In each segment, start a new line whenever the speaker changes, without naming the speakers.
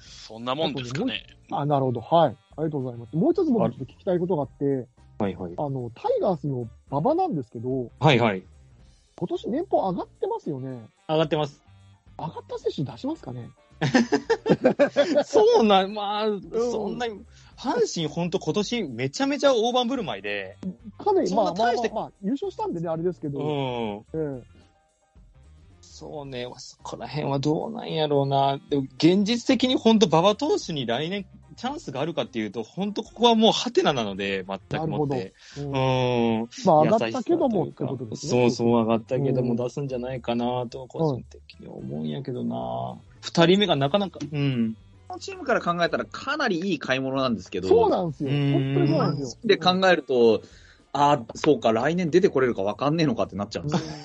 そんなもんですかね。
あ、なるほど。はい。ありがとうございます。もう一つ僕ちょっと聞きたいことがあって、
はいはい。
あの、タイガースの馬場なんですけど、
はいはい。
今年年俸上がってますよね。
上がってます。
上がった選手出しますかね
そうなん、まあ、そんなに、阪神本当今年めちゃめちゃ大盤振る舞いで、
かなり、
そん
ま
な
あ、まあ
大し
まあ
て、
まあ優勝したんでね、あれですけ
う
ど、
ん。
ええ
そうね、そこら辺はどうなんやろうな。でも現実的に本当馬場投手に来年チャンスがあるかっていうと、本当ここはもうハテナなので、全くもって。
うん
うん。
まあ、上
優
が
しさ
ったけども
とい
っ
う
て
か
ことです
そ
ね。
うそう、上がったけど
う
も
ん
出すんじゃないかなと、個人的に思うんやけどな。二人目がなかなか、うん。
このチームから考えたらかなりいい買い物なんですけど、
そうなんですよ。
うー
本
ん
当にそうなんですよ。
で考えると、ああ、そうか、来年出てこれるか分かんねえのかってなっちゃうんですよ。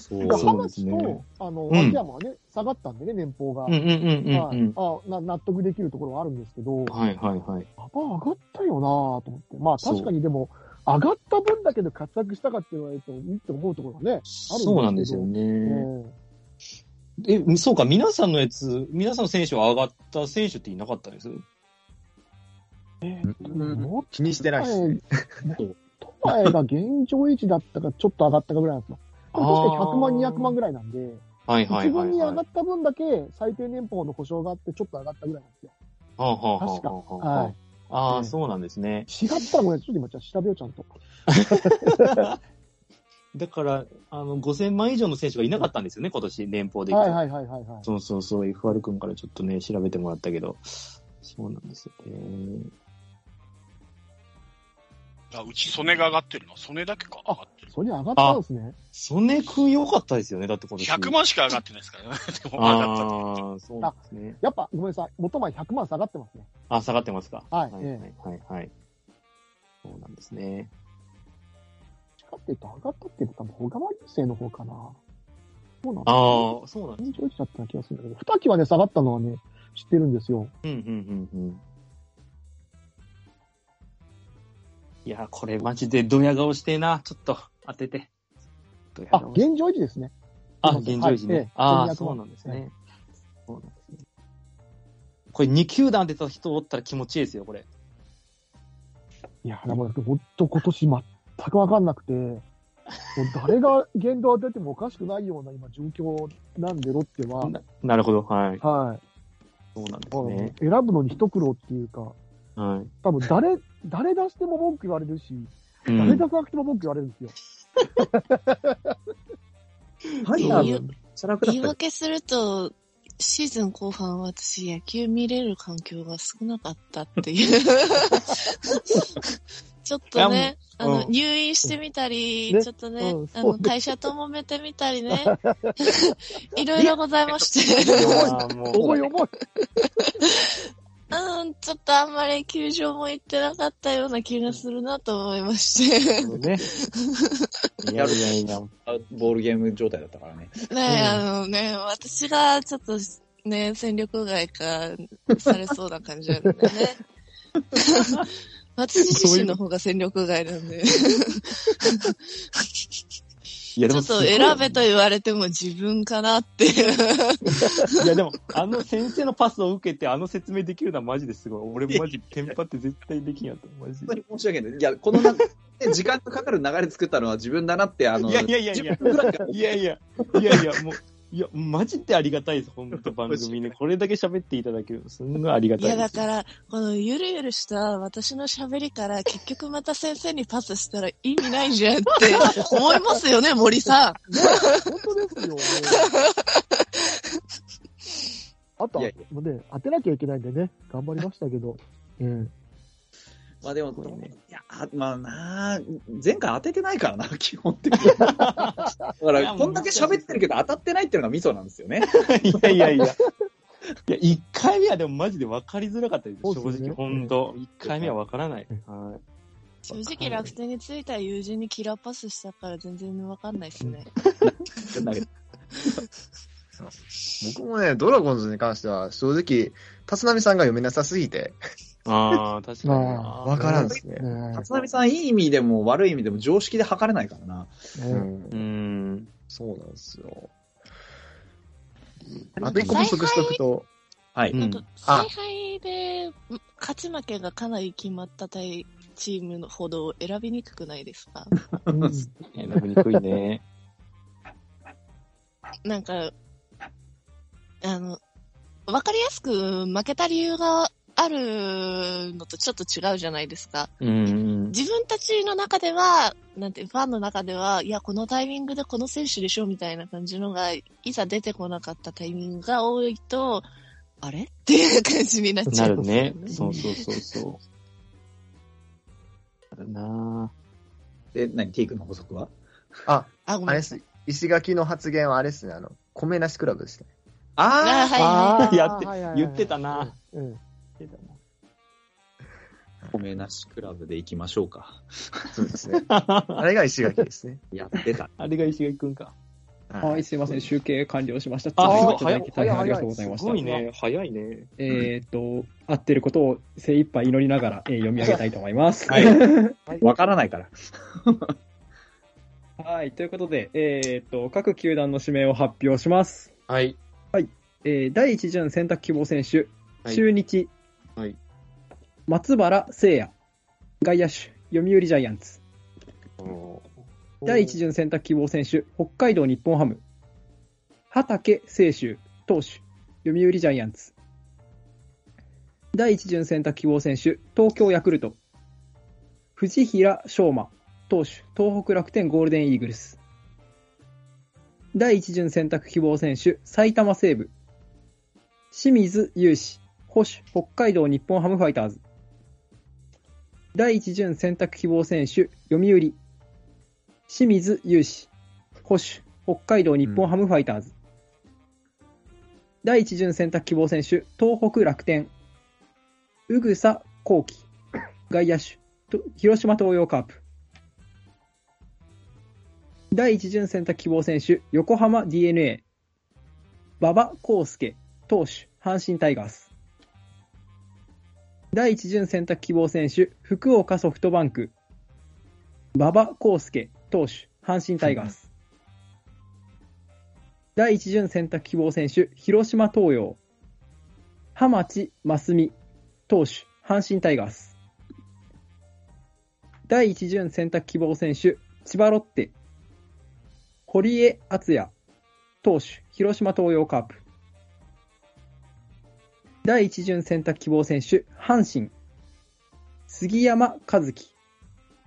そ
だから
う。
そう
浜
です
地
ね
と、あの、
うん
秋山はね、下がったんでね、年俸が。
うんうんうんうん
は
うん
い。あな納得できるところはあるんですけど、
はいはいはい。
パパ上がったよなぁと思って。まあ
そう
確かにでも、上がった分だけで活躍したかって言われると、いいって思うところがね。
そうなんですよ
う
ね。
ん
え、そうか、皆さんのやつ、皆さんの選手は上がった選手っていなかったです
うん
もっ
気にしてないです。
と前と前が現状維持だったか、ちょっと上がったかぐらいなんですよ。これ確か100万、
あー
200万ぐらいなんで、
はいはい
一
はい、
軍に
はい。
上がった分だけ最低年俸の保証があって、ちょっと上がったぐらいなんで すよ。
はあはあは
確か
あはあはあ
はい。
あ
う
あ、
ん
そうなんですね。
違ったらごめん、ちょっと今、じゃあ調べよう、ちゃんと。
だから、あの、5000万以上の選手がいなかったんですよね、今年、年俸でいくと
はいはいはいはいはい。
そうそうそう、FR 君からちょっとね、調べてもらったけど、そうなんですよね。
あうち、ソネが上がってるの。ソネだけか。上がってる。
それに上がったんですね。
曽根君良かったですよね、だって今年。
100万しか上がってないですからね。でも上がったって言って
ああ、そうですね。
やっぱ、ごめんなさい、元前100万下がってますね。
あ、下がってますか。
はい
はい、はい、はいはい。そうなんですね。
しかっていうと上がったっていうと、多分、小川流星の方かな。そうなん
あ
だ
あ、そうなん
現状維持だったような気がするんだけど、二木はね、下がったのはね、知ってるんですよ。
うん、うん、うん、うん。いや、これマジでドヤ顔してえな。ちょっと当てて。ドヤ
あ、
顔して
現状維持ですね。
あ、現状維持
はいええ
ね。あ
1200
あ、そうなんですね。そうなんですね。これ2球団出た人おったら気持ちいいですよ、これ。
いや、でも、ほんと今年全くわかんなくて、もう誰が言動当ててもおかしくないような今、状況なんで、ロッテは。
ななるほど、はい。
はい。
そうなんです
選
ね。
ぶのに一苦労っていうか、
はい。
多分誰、誰出しても文句言われるし、
うん
誰出さなくても文句言われるんですよ。
はい、
い
あ
や
の
言う
辛くな
言
っ
い
た
訳すると、シーズン後半私野球見れる環境が少なかったっていう。ちょっとね、
い
あ
やもう
の、
うん
入院してみたり、
ね
ちょっとね、
うん
あ
そう
の、
ね
会社ともめてみたりね、いろいろございまし
い
て。
やーもう
重い重い。
うん、ちょっとあんまり球場も行ってなかったような気がするなと思いまして。
ね。いやいやいや。
ボールゲーム状態だったからね。
ねえ、あのね、私がちょっとね、戦力外化されそうな感じなん でね。私自身の方が戦力外なんで。ち
いやで
ょ
も
っ
す
と
ごい
選べと言われても自分かなっていう。
いやでも、あの先生のパスを受けて、あの説明できるのはマジですごい。俺マジテンパって絶対できんやと。マジ
本当に申し訳ない。いや、この中で 時間がかかる流れ作ったのは自分だなって、あの、
いやいやいやいや
10分ぐらいか
いやいや、いやいや、もう。いや、マジでありがたいです、本当番組ね。これだけ喋っていただけるのすんごいありが
い
たい
や、
で
だ
す。
から、このゆるゆるした私の喋りから結局また先生にパスしたら意味ないじゃんって思いますよね、森さん。
ね、本当ですよ。もうあと
いや
はいね、当てなきゃいけないんでね、頑張りましたけど。うん。
まあでも、
すごいね
いや、あまあなあ、前回当ててないからな、基本的に。だから、こんだけ喋ってるけど当たってないっていうのがミソなんですよね。
いやいやいや。いや、1回目はでもマジで分かりづらかったです、
そう
正
ですね
直、本当一1回目は分からない。はい
正直楽天についた友人にキラーパスしたから全然わかんないですね。
僕もね、ドラゴンズに関しては、正直、立浪さんが読めなさすぎて、
ああ、確かにな。
まあ
わからんですね。
ね
立浪さん、いい意味でも悪い意味でも常識で測れないからな。
ね
うん
う。ん。
そうなんですよ。あと一個不足しとくと、
はい。
うん
う
あ
ん
と、
あ
采配でん勝ち負けがかなり決まった対チームのほど選びにくくないですか
うん
選びにくいね。
なんか、あの、わかりやすく負けた理由があるのとちょっと違うじゃないですか。
うん。
自分たちの中では、なんて、ファンの中では、いや、このタイミングでこの選手でしょみたいな感じのが、いざ出てこなかったタイミングが多いと、あれっていう感じになっちゃ
な
う
る
んですよ
ね。そうそうそうそう。なるな
で、何、テイクの補足は
あ、
あ、ごめん
あれ
な
っ
さ
す
い。。
石垣の発言はあれですね。あの、米なしクラブですね。
あ
あ
ー、はいはい。
やって
はいはいはい
言ってたな。。
うん。
あ、米なしクラブで行きましょうか。
そうですねあ
あ
れが石垣ですね。
やってた。
れが石垣くんか。
は
はい、すいません、集計完了しました。
あ
続いて
早い
いただき大変ありがとうございまし
す
た。
ごいね。早いね。
えーっと、合ってることを精一杯祈りながら、えー読み上げたいと思います。
はい。わからないから。
はい、ということで、えーっと、各球団の指名を発表します。
はい。
えー第1巡選択希望選手、
はい
中日、
はい
松原聖也、外野手、読売ジャイアンツ。第1巡選択希望選手、北海道日本ハム。畑清修、投手、読売ジャイアンツ。第1巡選択希望選手、東京ヤクルト。藤平翔馬、投手、東北楽天ゴールデンイーグルス。第1巡選択希望選手、埼玉西武。清水雄志、保守、北海道日本ハムファイターズ。第1巡選択希望選手、読売。清水雄志、保守、北海道日本ハムファイターズ。第1巡選択希望選手、東北楽天。宇草幸輝、外野手、と広島東洋カープ。第1巡選択希望選手、横浜 DeNA。馬場康介、投手、阪神タイガース。第1巡選択希望選手、福岡ソフトバンク。馬場康介、投手、阪神タイガース。第1巡選択希望選手、広島東洋。浜地真澄、投手、阪神タイガース。第1巡選択希望選手、千葉ロッテ。堀江敦也、投手、広島東洋カープ。第1巡選択希望選手、阪神。杉山和樹。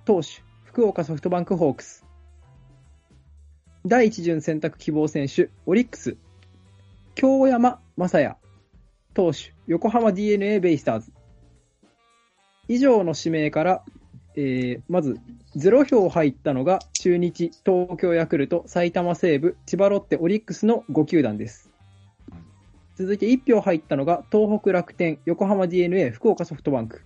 投手、福岡ソフトバンクホークス。第1巡選択希望選手、オリックス。京山正也。投手、横浜 DeNA ベイスターズ。以上の指名から、えーまず、0票入ったのが中日、東京ヤクルト、埼玉西武、千葉ロッテ、オリックスの5球団です。続いて1票入ったのが東北楽天、横浜 DeNA、福岡ソフトバンク。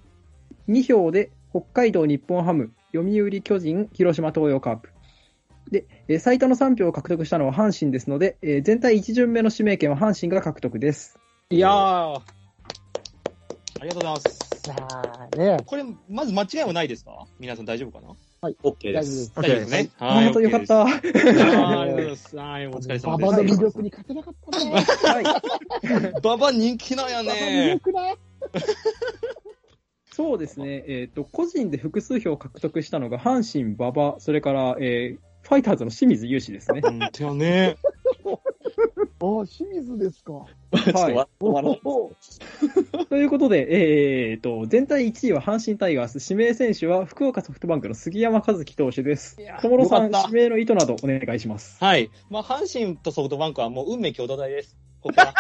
2票で北海道日本ハム、読売巨人、広島東洋カープ。で、えー最多の3票を獲得したのは阪神ですので、えー全体1巡目の指名権は阪神が獲得です。
いやー。ありがとうございます。
さあね、
これ、まず間違いはないですか皆さん大丈夫かな
大
OK で。
丈夫ですす。
大丈夫ですね。
あ本当よかっ。た。は
あーありがとうございます。はい、お疲れ様
馬
です。
場の魅力に勝てなかったね。
い。
ババ人気なんや
馬場魅
ね。
力だよ。
そうですね、えっと個人で複数票獲得したのが阪神、馬場、それから、えーファイターズの清水雄志です ね。
うん、てよね。
あ、清水ですか。
ちょっと
は
終わろう。
い、ということで、えっと全体1位は阪神タイガース、指名選手は福岡ソフトバンクの杉山和樹投手です。小室さん、
よかった
指名の意図などお願いします。
はい。まあ、阪神とソフトバンクはもう運命共同体です。ここから。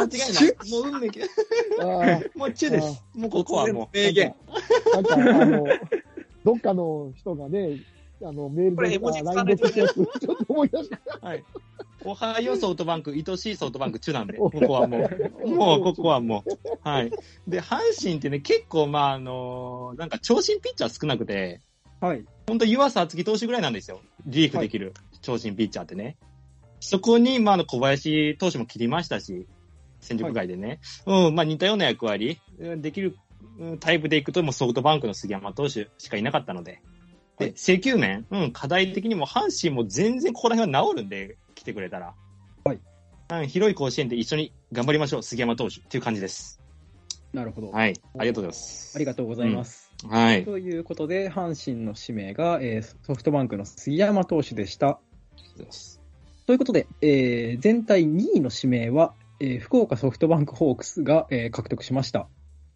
間違いない。もう運命共、
あー
もう中です。もうここはもう。
名言。
なんか、あの、どっかの人がね、あの、メールで
これ絵文字使わ
LINE
ない
で
と
来たやつ、ちょっと思い出した。
はい。おはようソフトバンク、愛しいソフトバンク、中なんで、ここはもう、もうここはもう。はい。で、阪神ってね、結構、まあ、あのーなんか、長身ピッチャー少なくて、
はい、
本当湯浅厚木投手ぐらいなんですよ。リリーフできる、長身ピッチャーってね。そこに、まあ、あの、小林投手も切りましたし、戦力外でね。うん、まあ、似たような役割、うんできるうんタイプでいくと、もうソフトバンクの杉山投手しかいなかったので。
は
で
い、
請求面、うん、課題的にも阪神も全然ここら辺は治るんで、来てくれたら。はい。うん、広い甲子園で一緒に頑張りましょう、杉山投手っていう感じです。
なるほど。
はい。ありがとうございます。
ありがとうございます。
はい。
ということで、阪神の指名が、えーソフトバンクの杉山投手でした。ということで、えー全体2位の指名は、えー福岡ソフトバンクホークスが、えー獲得しました。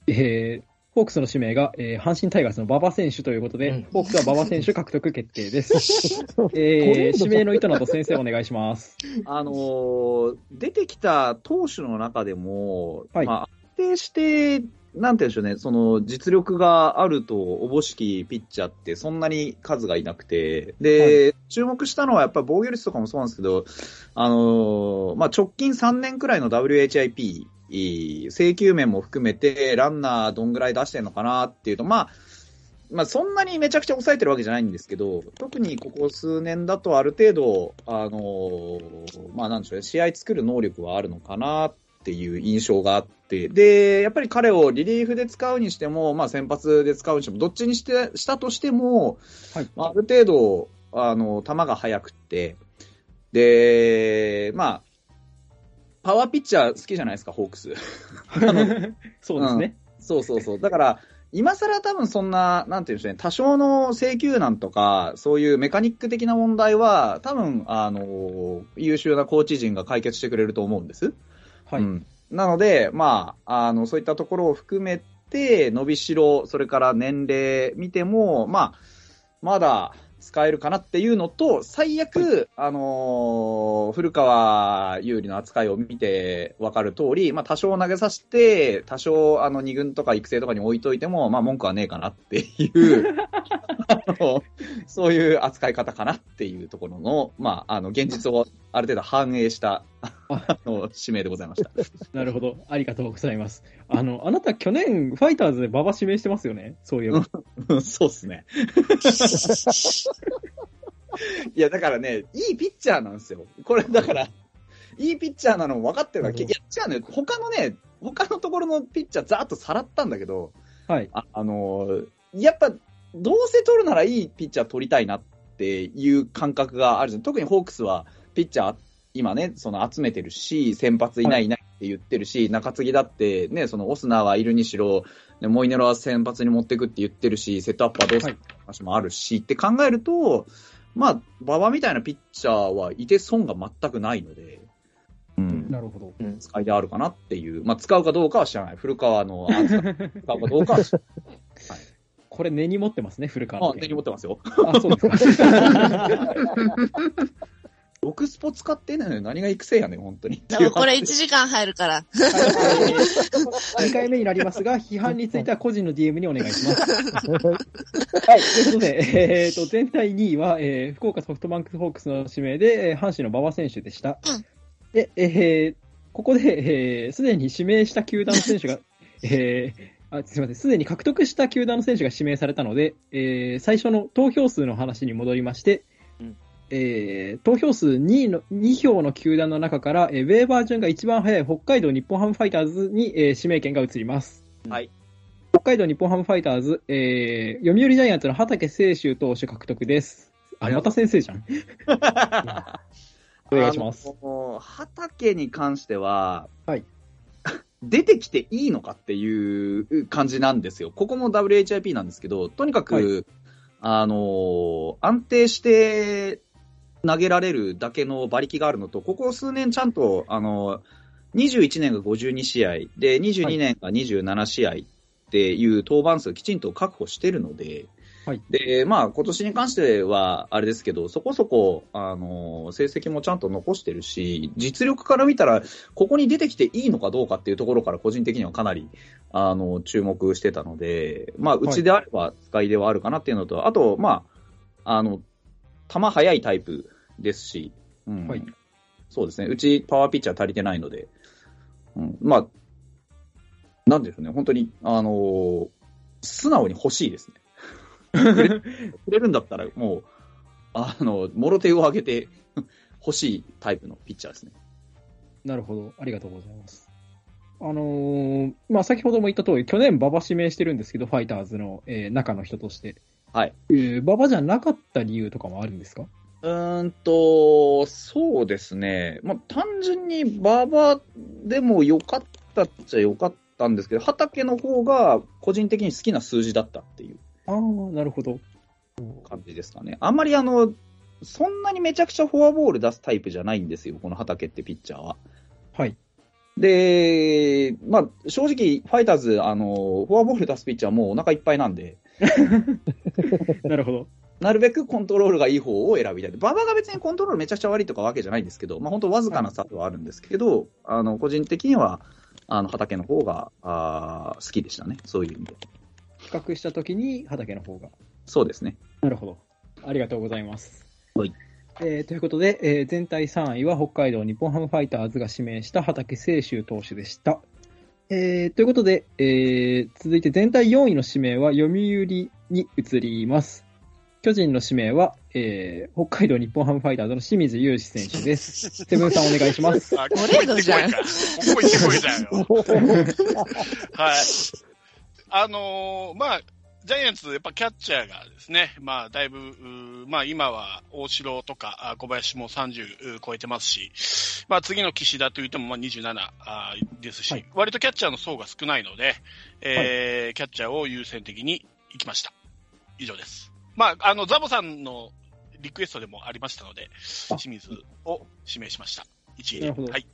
えーホークスの指名が、えー阪神タイガースの馬場選手ということで、
うん
ホークスは馬場選手獲得決 定です。えー指名の意図など先生お願いします。
あのー出てきた投手の中でも、
はい
まあ、安定して、なんて言うんでしょうね、その実力があるとおぼしきピッチャーってそんなに数がいなくて、で、注目したのはやっぱり防御率とかもそうなんですけど、あのーまあ、直近3年くらいの WHIP、請求面も含めて、ランナーどんぐらい出してるのかなっていうと、まあ、まあ、そんなにめちゃくちゃ抑えてるわけじゃないんですけど、特にここ数年だとある程度、あのーまあなんでしょうね、試合作る能力はあるのかなっていう印象があって、で、やっぱり彼をリリーフで使うにしても、まあ先発で使うにしても、どっちにして、したとしても、
はい。
まあ、ある程度、あの、球が速くて、で、まあ、パワーピッチャー好きじゃないですか、ホークス。
そうですね。
そうそうそう。だから、今更多分そんな、なんていうんでしょうね、多少の請求難とか、そういうメカニック的な問題は、多分、あの、優秀なコーチ陣が解決してくれると思うんです。
はい。
うんなので、まあ、あの、そういったところを含めて、伸びしろ、それから年齢見ても、まあ、まだ使えるかなっていうのと、最悪、あのー古川優利の扱いを見て分かる通り、まあ、多少投げさせて、多少、あの、二軍とか育成とかに置いといても、まあ、文句はねえかなって いう、あの、そういう扱い方かなっていうところの、まあ、あの、現実をある程度反映した、あの、指名でございました。
なるほど。ありがとうございます。あの、あなた去年、ファイターズで馬場指名してますよね。そういえば。
うんそうっすね。いや、だからね、いいピッチャーなんですよ。これ、だから、いいピッチャーなの分かってるわけ。い
な
や、違うね。他のね、他のところのピッチャーざーっとさらったんだけど、
はい。
あ、あのーやっぱ、どうせ取るならいいピッチャー取りたいなっていう感覚があるじゃん。特にホークスは、ピッチャー、今ね、その集めてるし、先発いないいないって言ってるし、中継ぎだって、ね、そのオスナはいるにしろ、ねモイネロは先発に持ってくって言ってるし、セットアップはどうするって話もあるし、って考えると、まあ、馬場みたいなピッチャーはいて損が全くないので、うん、
なるほど。
使いであるかなっていう、まあ、使うかどうかは知らない。古川の、あ使う使うかどうかは知らない。
これ根に持ってますね、古川
あ
の、
手に持ってますよ。
あ、そうですか。
ロクスポ使ってないのに何が育成やねん、本 当に。
でもこれ1時間入るから。
2回目になりますが、批判については個人の DM にお願いします。はい、ということで、えー、と全体2位は、えー福岡ソフトバンクホークスの指名で、えー阪神の馬場選手でした。で、えーここで、えーす、で、に指名した球団の選 手が、えーあすみません、すでに獲得した球団の選手が指名されたので、えー最初の投票数の話に戻りまして、えー投票数2位の2票の球団の中から、えーウェーバー順が一番早い北海道日本ハムファイターズに、えー指名権が移ります。
はい
北海道日本ハムファイターズ、えー、読売ジャイアンツの畑清修投手獲得です。あ、また先生じ ゃん。お願いします
あの。畑に関しては、
はい
出てきていいのかっていう感じなんですよ。ここも WHIP なんですけど、とにかく、
は
あの、安定して投げられるだけの馬力があるのと、ここ数年ちゃんと、あの、21年が52試合、で、22年が27試合っていう登板数をきちんと確保してるので、
はい
で、まあ、今年に関しては、あれですけど、そこそこ、あの、成績もちゃんと残してるし、実力から見たら、ここに出てきていいのかどうかっていうところから、個人的にはかなり、あの、注目してたので、まあ、うちであれば使いではあるかなっていうのと、あと、まあ、あの、球速いタイプですし、うん
はい
そうですね。うちパワーピッチャー足りてないので、うん、まあ、なんでしょうね。本当に、あのー素直に欲しいですね。 くれるんだったら、もう、あの、もろ手を挙げて 欲しいタイプのピッチャーですね。
なるほど。ありがとうございます。あのーまあ、先ほども言った通り、去年馬場指名してるんですけど、ファイターズの、えー中の人として。
はい。
えー馬場じゃなかった理由とかもあるんですか
うーんと、そうですね。まあ、単純に馬場でも良かったっちゃ良かったんですけど、畑の方が個人的に好きな数字だったっていう
ああ、なるほど。
感じですかね。あんまりあの、そんなにめちゃくちゃフォアボール出すタイプじゃないんですよ、この畑ってピッチャーは。
はい。
で、まあ、正直、ファイターズ、あの、フォアボール出すピッチャーはもうお腹いっぱいなんで、
なるほど。
なるべくコントロールがいい方を選びたい。馬場が別にコントロールめちゃくちゃ悪いとかわけじゃないんですけど、まあ、本当わずかな差はあるんですけど、あの、個人的には、あの、畑の方が、あー好きでしたね。そういう意味で。
比較したときに畑の方が。
そうですね。
なるほど。ありがとうございます。
はい。
えーということで、えー全体3位は北海道日本ハムファイターズが指名した畑清修投手でした。えーということで、えー続いて全体4位の指名は読売に移ります。巨人の指名は、えー北海道日本ハムファイターズの清水雄志選手です。 セブンさんお願いします。
あ、
トレードじゃん
ここ行ってこいじゃんよ。はい。あのーまあ、ジャイアンツ、やっぱキャッチャーがですね、まあ、だいぶ、うーまあ、今は大城とかあ小林も30うー超えてますし、まあ、次の岸田といっても、まあ、27あーですし、
はい
割とキャッチャーの層が少ないので、えーキャッチャーを優先的に行きました。以上です。まあ、あの、ザボさんのリクエストでもありましたので、
あ
清水を指名しました。1位
なるほ
で。
ど
はい。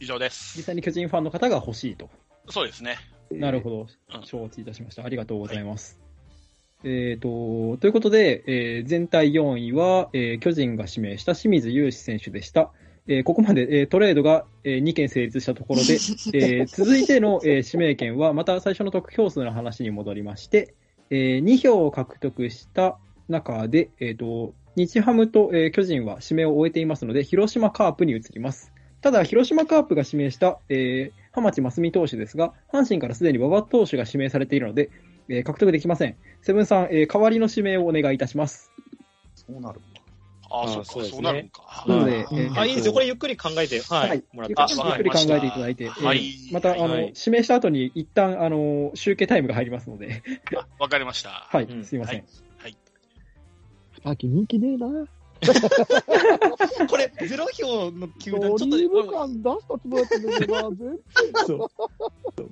以上です
実。際に巨人ファンの方が欲しいと。
そうですね。
なるほど
う。ん
承知いたしました。ありがとうございます。えっ、と、ということで、えー全体4位は、えー巨人が指名した清水雄志選手でした。えーここまで、えートレードが、え2件成立したところで、え ー続いての、えー指名権は、また最初の得票数の話に戻りまして、え2票を獲得した中で、えーと日ハムと、えー巨人は指名を終えていますので、広島カープに移ります。ただ、広島カープが指名した、えー、浜地真澄投手ですが、阪神からすでに馬場投手が指名されているので、えー獲得できません。セブンさん、えー代わりの指名をお願いいたします。
そうなる
ああ、
あ
そ
ー
うか、
そうですね
そうなるんか。
なの
は
で、
い
えー
あ、いいですよ。これゆっくり考えて、は
はいい、
もらって
ゆっ
ま
く
す。
り
あわ
ゆ
かり
っくり
ま
考
した
えていただいて、えー
はい
また、
はい
あの、指名した後に一旦、あの、集計タイムが入りますので、
あわかりました。
は
う
い、
ん
すいません。
さっき人気ねえな。
これ、ゼロ票の球団、ちょっ
ドリーム
と、
感出したつもりだったんだけどな、全
そう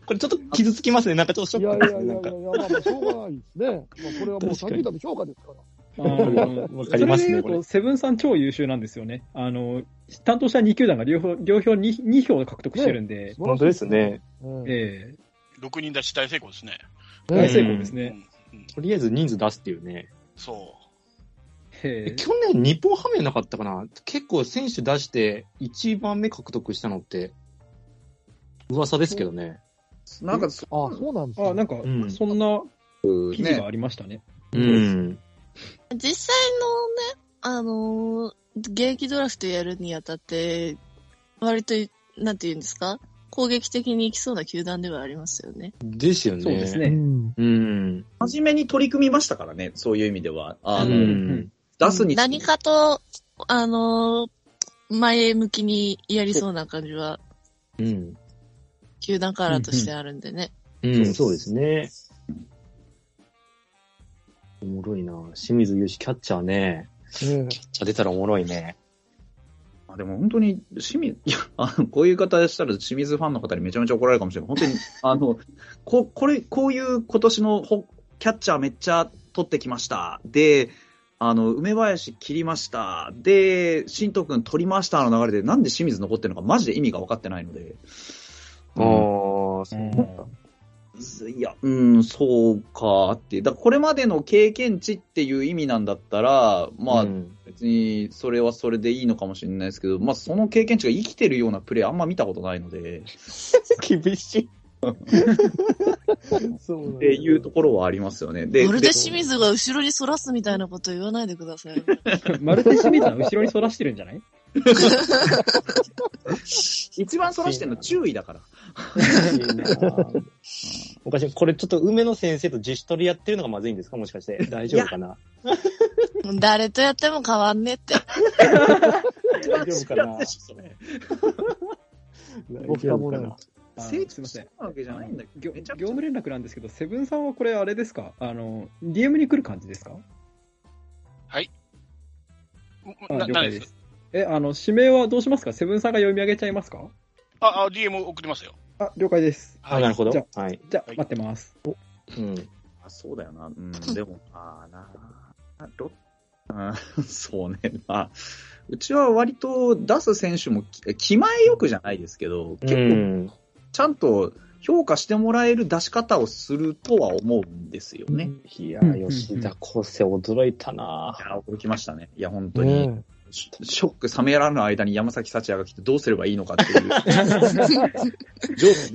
これちょっと傷つきますね。なんかちょっとショ
いや
ッ
いや
クで
いや
すね。
いや
なんか。、
まあ、しょうがないですね。まあ、これはもう先だと評価ですから。
あの
わかりますね
それで言うと、セブンさん超優秀なんですよね。あの、担当した2球団が両方、両票 2, 2票獲得してるんで、
素晴らしい。
ね。
うん
え
6人出し大成功ですね。
ー、大成功ですね。
うんうん
とりあえず人数出すっていうね。
そ
えー
去年日本ハムやなかったかな結構選手出して1番目獲得したのって噂ですけどね。
ほど。なんか、そ
あそうなんですね
あ、なんか
う、ん
そんな
う
記事がありましたね。
うん。
実際のね、あのー現役ドラフトやるにあたって、割と、なんて言うんですか攻撃的に行きそうな球団ではありますよね。
ですよね。
そうです
う
ね。
ん。
うん。
真面目に取り組みましたからね、そういう意味では。あ
う
の、
ん。
出すに
何かと、あのー前向きにやりそうな感じは、
うん。
球団カラーとしてあるんでね。
うん、そうですね。おもろいな。清水優志キャッチャーね。
え
キャッチャー出たらおもろいね。
あでも本当に、清水、 いや、あの、こういう方したら清水ファンの方にめちゃめちゃ怒られるかもしれない。本当に、あの、こ、これ、こういう今年のほキャッチャーめっちゃ取ってきました。で、あの、梅林切りました。で、新藤君取りましたの流れで、なんで清水残ってるのかマジで意味が分かってないので。
ああ、そう
いや、うん、そうかって。だからこれまでの経験値っていう意味なんだったら、まあ、
うん
別にそれはそれでいいのかもしれないですけど、まあ、その経験値が生きてるようなプレーあんま見たことないので、
厳し い。
そうなん
っ
だ
ていうところはありますよね。で、
まるで清水が後ろに反らすみたいなこと言わないでくださいよ。
マルテ清水は後ろに反らしてるんじゃない
で一番そらしてるのは注意だから。
おかしい。これちょっと梅野先生と自主トレやってるのがまずいんですかもしかして。大丈夫かな
誰とやっても変わんねえ って。
大丈夫かな
ご負荷もない
あの
成
す
長
いま
し
せ
て
ん。
るわけじゃないんだけ
業
ど、めちゃくち
業
ゃ
務連絡なんですけど、セブンさんはこれあれですかあの、DM に来る感じですか
はい。
あ
な
了
何
解
で
ですす。え、あの、指名はどうしますかセブンさんが読み上げちゃいますか
あ、あ、DM 送りますよ。
あ、了解です。
あ、なるほ
じ
ど
ゃ。
はい。
じゃあ、
はい
待ってます。
うん。
あそうだよな。うん、でも、 あーなあ、ロッ、うん、そうね。まあ、うちは割と出す選手もき気前よくじゃないですけど、結
う
構
ん。
ちゃんと評価してもらえる出し方をするとは思うんですよね。
いや
う
ー、
ん
吉田康生驚いたない
や、驚きましたね。いや、本当
う
に、
ん。
ショック冷めやらぬ間に山崎幸也が来てどうすればいいのかっていう。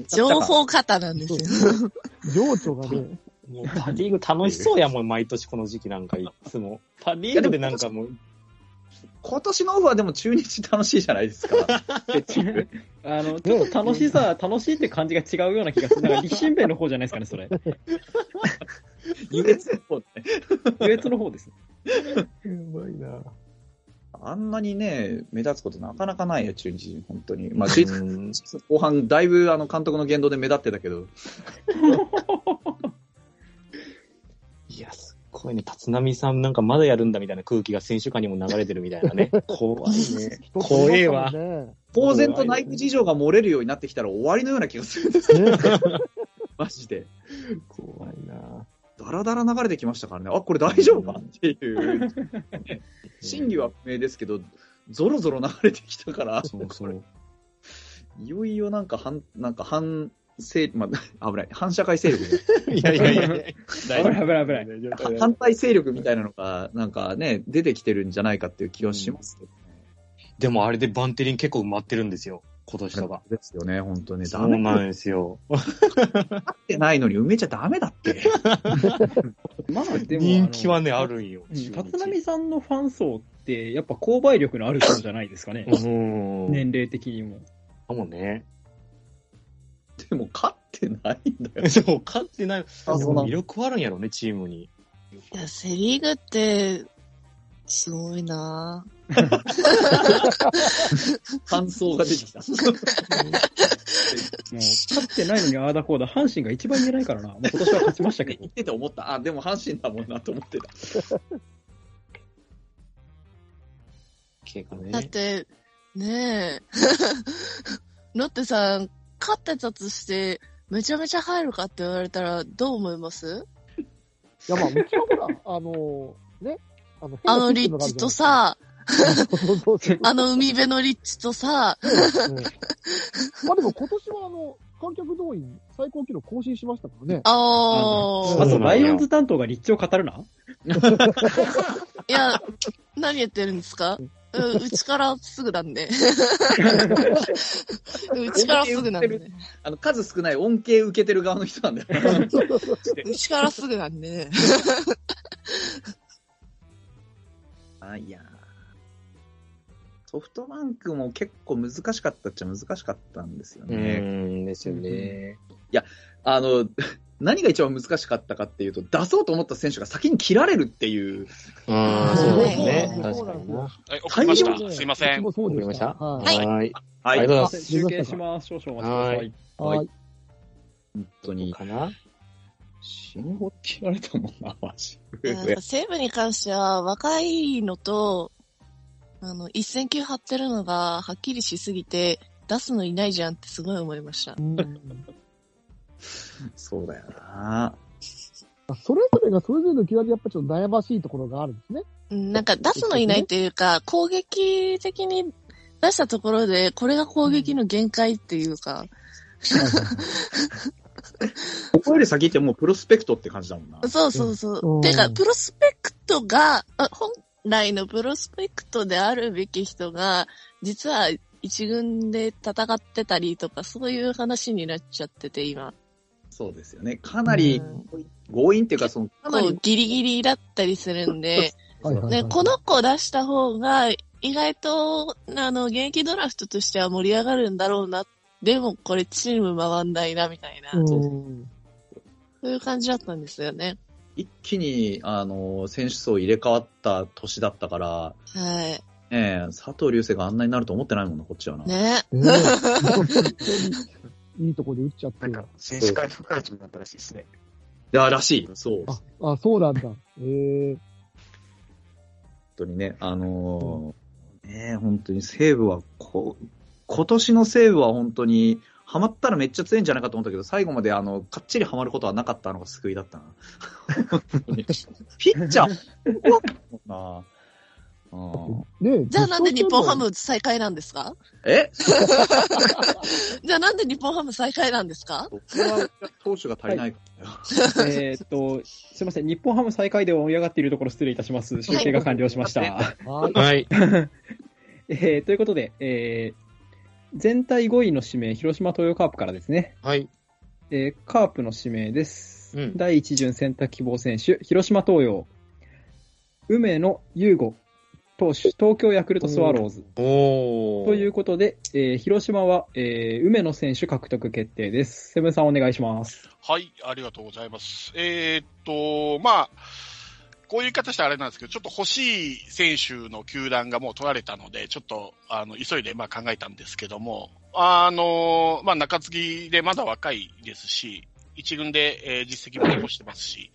情報
情報型なんですよ。
情緒がね、
もうパリーグ楽しそうやもん、毎年この時期なんかいつも。パリーグでなんかもう、
今年のオフはでも中日楽しいじゃないですか。
あの、ちょっと楽しさ、楽しいって感じが違うような気がする。だから、立新弁の方じゃないですかね、それ。
優越の方ね
優越の方ですね。
うまいな。
あんなにね、目立つことなかなかないよ、中日人、本当に。まあ、シーズン
うん
後半、だいぶあの監督の言動で目立ってたけど、
いや、すっごいね、立浪さんなんかまだやるんだみたいな空気が選手間にも流れてるみたいなね。怖いね。
一つ
怖えわ
見。
公然と内部事情が漏れるようになってきたら終わりのような気がするんですよ、
ましたね。ね
マジで。
怖いな。
だらだら流れてきましたからね、あこれ大丈夫かっていう、真偽は不明ですけど、ぞろぞろ流れてきたから、
そうそ
これ
う。
いよいよなんか反、なんか反勢、まあ、危 ない、反社会勢力
いやいやいや いや。
危ない危ない危ない。
は反対勢力みたいなのが、なんかね、出てきてるんじゃないかっていう気はしますけどね。
でもあれでバンテリン結構埋まってるんですよ、今年とか。
ですよね、本当ね。
そ
ダ
う
メ
な
だっ
んですよ。
てないのに埋めちゃダメだって。
まあ、でも。
人気はね、
あの
あるんよ。
うん立浪さんのファン層って、やっぱ購買力のある人じゃないですかね。
うん。
年齢的にも。
かもね。
でも勝ってないん だよ。
そう、勝ってない。
あそうなん
魅力あるんやろね、チームに。
いや、セリーグって、すごいなぁ
感想が出てきた。
もう、勝ってないのにああだこうだ、阪神が一番言えないからな。もう今年は勝ちましたけど
言。ってて思った。あ、でも阪神だもんなと思ってた。
結構
だっ
ね。
て、ねえ。ロッテさん、勝ってたとして、めちゃめちゃ入るかって言われたら、どう思います
いや、まあ、うちはほら、あの、ね、あの、
あのリッチとさ、
そうそうそうそう、
あの海辺のリッチとさ、
うんまあでも今年はあの、観客動員最高記録更新しましたからね。
あ
あ
ー
と、ライオンズ担当が立地を語るな。
いや、何言ってるんですかうんうちからすぐなんで。うちからすぐなんで。
あの、数少ない恩恵受けてる側の人なんだよ。
うちからすぐなんでね。
あ、いやーソフトバンクも結構難しかったっちゃ難しかったんですよ
う
ね。
ん、ですよね。
あの、 何が一番難しかったかっていうと、出そうと思った選手が先に切られるっていう。
うん
あ、ー
そうです
は
ね
い。
確かにな。
はい、送りまし
大量
た。
です
いません。
僕もそうでした。
わ
は
か
い。
りましたはい。
は
ありがとうございます
集計します。少々お待ちくださ。
はい
はい
はい。
本当に。
かな
信号切られたもん な、マジ。
いややっぱ西武に関しては、若いのと、あの、一線級張ってるのが、はっきりしすぎて、出すのいないじゃんってすごい思いました。
うん
そうだよな。
それぞれがそれぞれの嫌いでやっぱちょっと悩ましいところがあるんですね。
うんなんか、出すのいないっていうか、攻撃的に出したところで、これが攻撃の限界っていうか、
ここより先ってもうプロスペクトって感じだもんな。
そうそうそう。
うん
てか、
うん
プロスペクトが、あ本来のプロスペクトであるべき人が、実は一軍で戦ってたりとか、そういう話になっちゃってて、今。
そうですよね。かなり
うん
強引っていうか、その、か
こ
な
う
り、
ギリギリだったりするんで、
はいはいはい
ね、この子出した方が、意外と、あの、現役ドラフトとしては盛り上がるんだろうな。でも、これチーム回んないな、みたいな。
うん
そういう感じだったんですよね。
一気に、あの、選手層入れ替わった年だったから、
は
ねえ、佐藤流星があんなになると思ってないもんな、こっちはな。
い。ね。
ね本当にいいところで打っちゃって
なん。か、選手会の会長になったらしいですね。
いや、らしい。そう。
あ、あそうなんだ。ええ
当にね。あのーねえ本当に西武はこう、今年の西武は本当に、ハマったらめっちゃ強いんじゃないかと思ったけど、最後まであの、かっちりハマることはなかったのが救いだったな。ピッチャー、怖かったなうん
で、
じゃあなんで日本ハム再開なんですか
え
じゃあなんで日本ハム再開なんですか
僕は投手が足りないからだよ。
えーっと、すいません、日本ハム最下位で盛り上がっているところ失礼いたします。申請が完了しました。
はい
はい。
えーということで、えー全体5位の指名、広島東洋カープからですね。
はい。
えーカープの指名です。
うん
第1巡選択希望選手、広島東洋、梅野優吾投手、東京ヤクルトスワローズ。
おー。
ということで、えー広島は、えー梅野選手獲得決定です。セブンさんお願いします。
はい、ありがとうございます。えーっと、まあ、こういう言い方したらあれなんですけど、ちょっと欲しい選手の球団がもう取られたので、ちょっと、あの、急いで、まあ考えたんですけども、あの、まあ中継ぎでまだ若いですし、一軍で、えー実績も残してますし、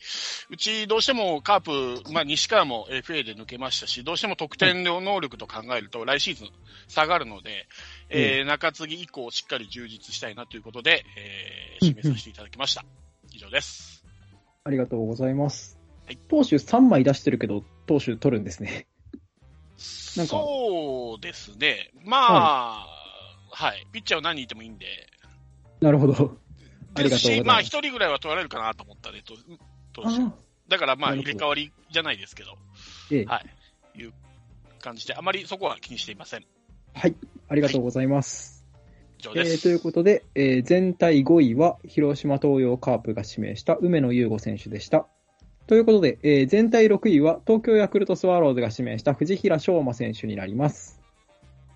うちどうしてもカープ、まあ西からも FA で抜けましたし、どうしても得点の能力と考えると来シーズン下がるので、えー中継ぎ以降しっかり充実したいなということで、えー、指名させていただきました。以上です。
ありがとうございます
はい。
投手3枚出してるけど、投手取るんですね。 なんか
そうですね。まあ、はい、ピッチャーは何人いてもいいんで。
なるほど。あり
で
が
す
とう
し、
ござい
まあ
ます。
一人ぐらいは取られるかなと思ったね、と、と
あ
だからまあ
なる
入
ほど
れ替わりじゃないですけど、
ええ
はい、いう感じで、あまりそこは気にしていません。
ありがとうございます。
以上
え
です。
ーということで、えー全体5位は広島東洋カープが指名した梅野優吾選手でした。ということで、えー全体6位は東京ヤクルトスワローズが指名した藤平翔馬選手になります。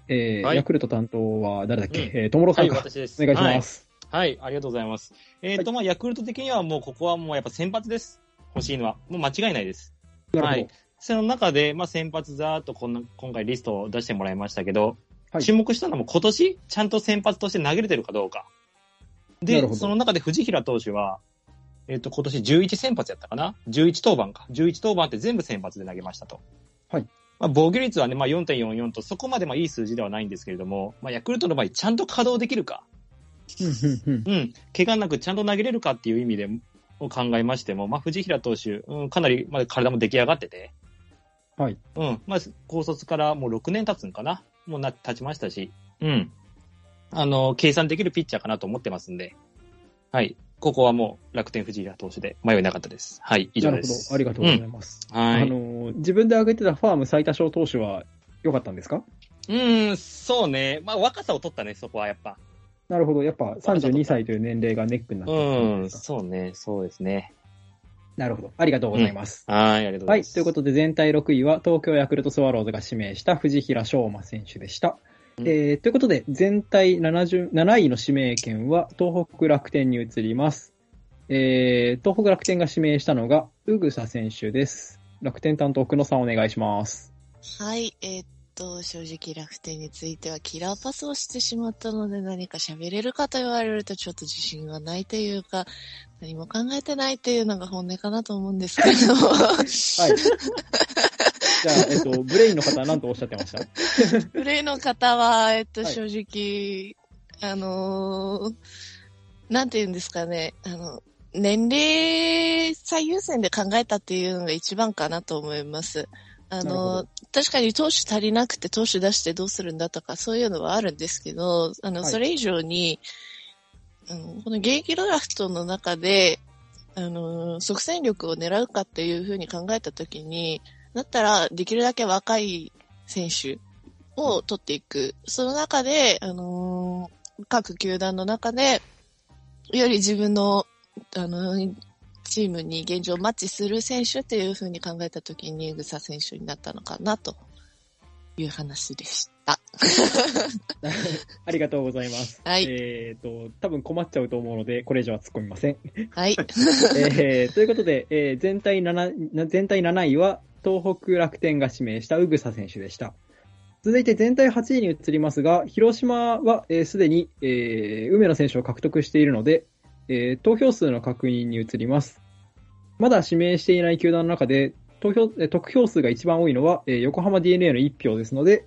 えー
はい
ヤクルト担当は誰だっけ、
うん
えー、友野さ
はい、
んか、
私です。
お願いします。
はい。はい、ありがとうございます。えっ、と、まあ、ヤクルト的にはもうここはもうやっぱ先発です。欲しいのは。もう間違いないです。
な
は
る
い。その中で、まあ、先発ざーっとこんな、今回リストを出してもらいましたけど、
はい
注目したのはもう今年、ちゃんと先発として投げれてるかどうか。
なるほ
で、
ど
その中で藤平投手は、えっ、と、今年11先発やったかな ?11 登板か。11登板って全部先発で投げましたと。
はい。
まあ、防御率はね、まあ、4.44と、そこまでまあ、いい数字ではないんですけれども、まあ、ヤクルトの場合、ちゃんと稼働できるか。
ほど。
うん、怪我なくちゃんと投げれるかっていう意味でを考えましても、まあ、藤平投手、うん、かなりまあ体も出来上がってて、
はい
うんまあ、高卒からもう6年経つんかな、もうな経ちましたし、うんあの、計算できるピッチャーかなと思ってますんで、はい、ここはもう楽天藤平投手で迷いなかったです。はい、以
な
上
る
で
ほ
す。
ど。ありがとうございます。
は
あ
い
のー自分で挙げてたファーム最多勝投手は良かったんですか
うん、そうね、まあ、若さを取ったね、そこはやっぱ。
なるほど。やっぱ32歳という年齢がネックになってた
うん
で
ん、
すか、
そうね、そうですね。
なるほど。ありがとうございます。
はい、ありがとうご
は
ざい
い、
ます。
ということで全体6位は東京ヤクルトスワローズが指名した藤平翔馬選手でした。
うん
えーということで全体70 7位の指名権は東北楽天に移ります。えー東北楽天が指名したのが宇草選手です。楽天担当久野さんお願いします。
はい、えーっと、正直楽天についてはキラーパスをしてしまったので何か喋れるかと言われるとちょっと自信がないというか、何も考えてないっていうのが本音かなと思うんですけど。
はい。じゃあ、えっと、ブレインの方は何とおっしゃって ました
プレイの方は、えっと、
はい
正直、あのーなんて言うんですかね、あの、年齢最優先で考えたっていうのが一番かなと思います。あ
なるほ
の、確かに投手足りなくて投手出してどうするんだとかそういうのはあるんですけど、あの、
はい
それ以上に、あのこの現役ドラフトの中で、あの、即戦力を狙うかっていうふうに考えたときに、だったらできるだけ若い選手を取っていく。その中で、あのー各球団の中で、より自分の、あのーチームに現状マッチする選手っていう風に考えたときに、草選手になったのかなという話でした。
ありがとうございます。
はい
えっと、多分困っちゃうと思うので、これ以上は突っ込みません。
はい。
えーということで、えー全体7な全体7位は東北楽天が指名した宇草選手でした。続いて全体8位に移りますが、広島はえーすで、に、えー梅野選手を獲得しているので、えー投票数の確認に移ります。まだ指名していない球団の中で、投票、えー得票数が一番多いのは、えー横浜 DNA の1票ですので、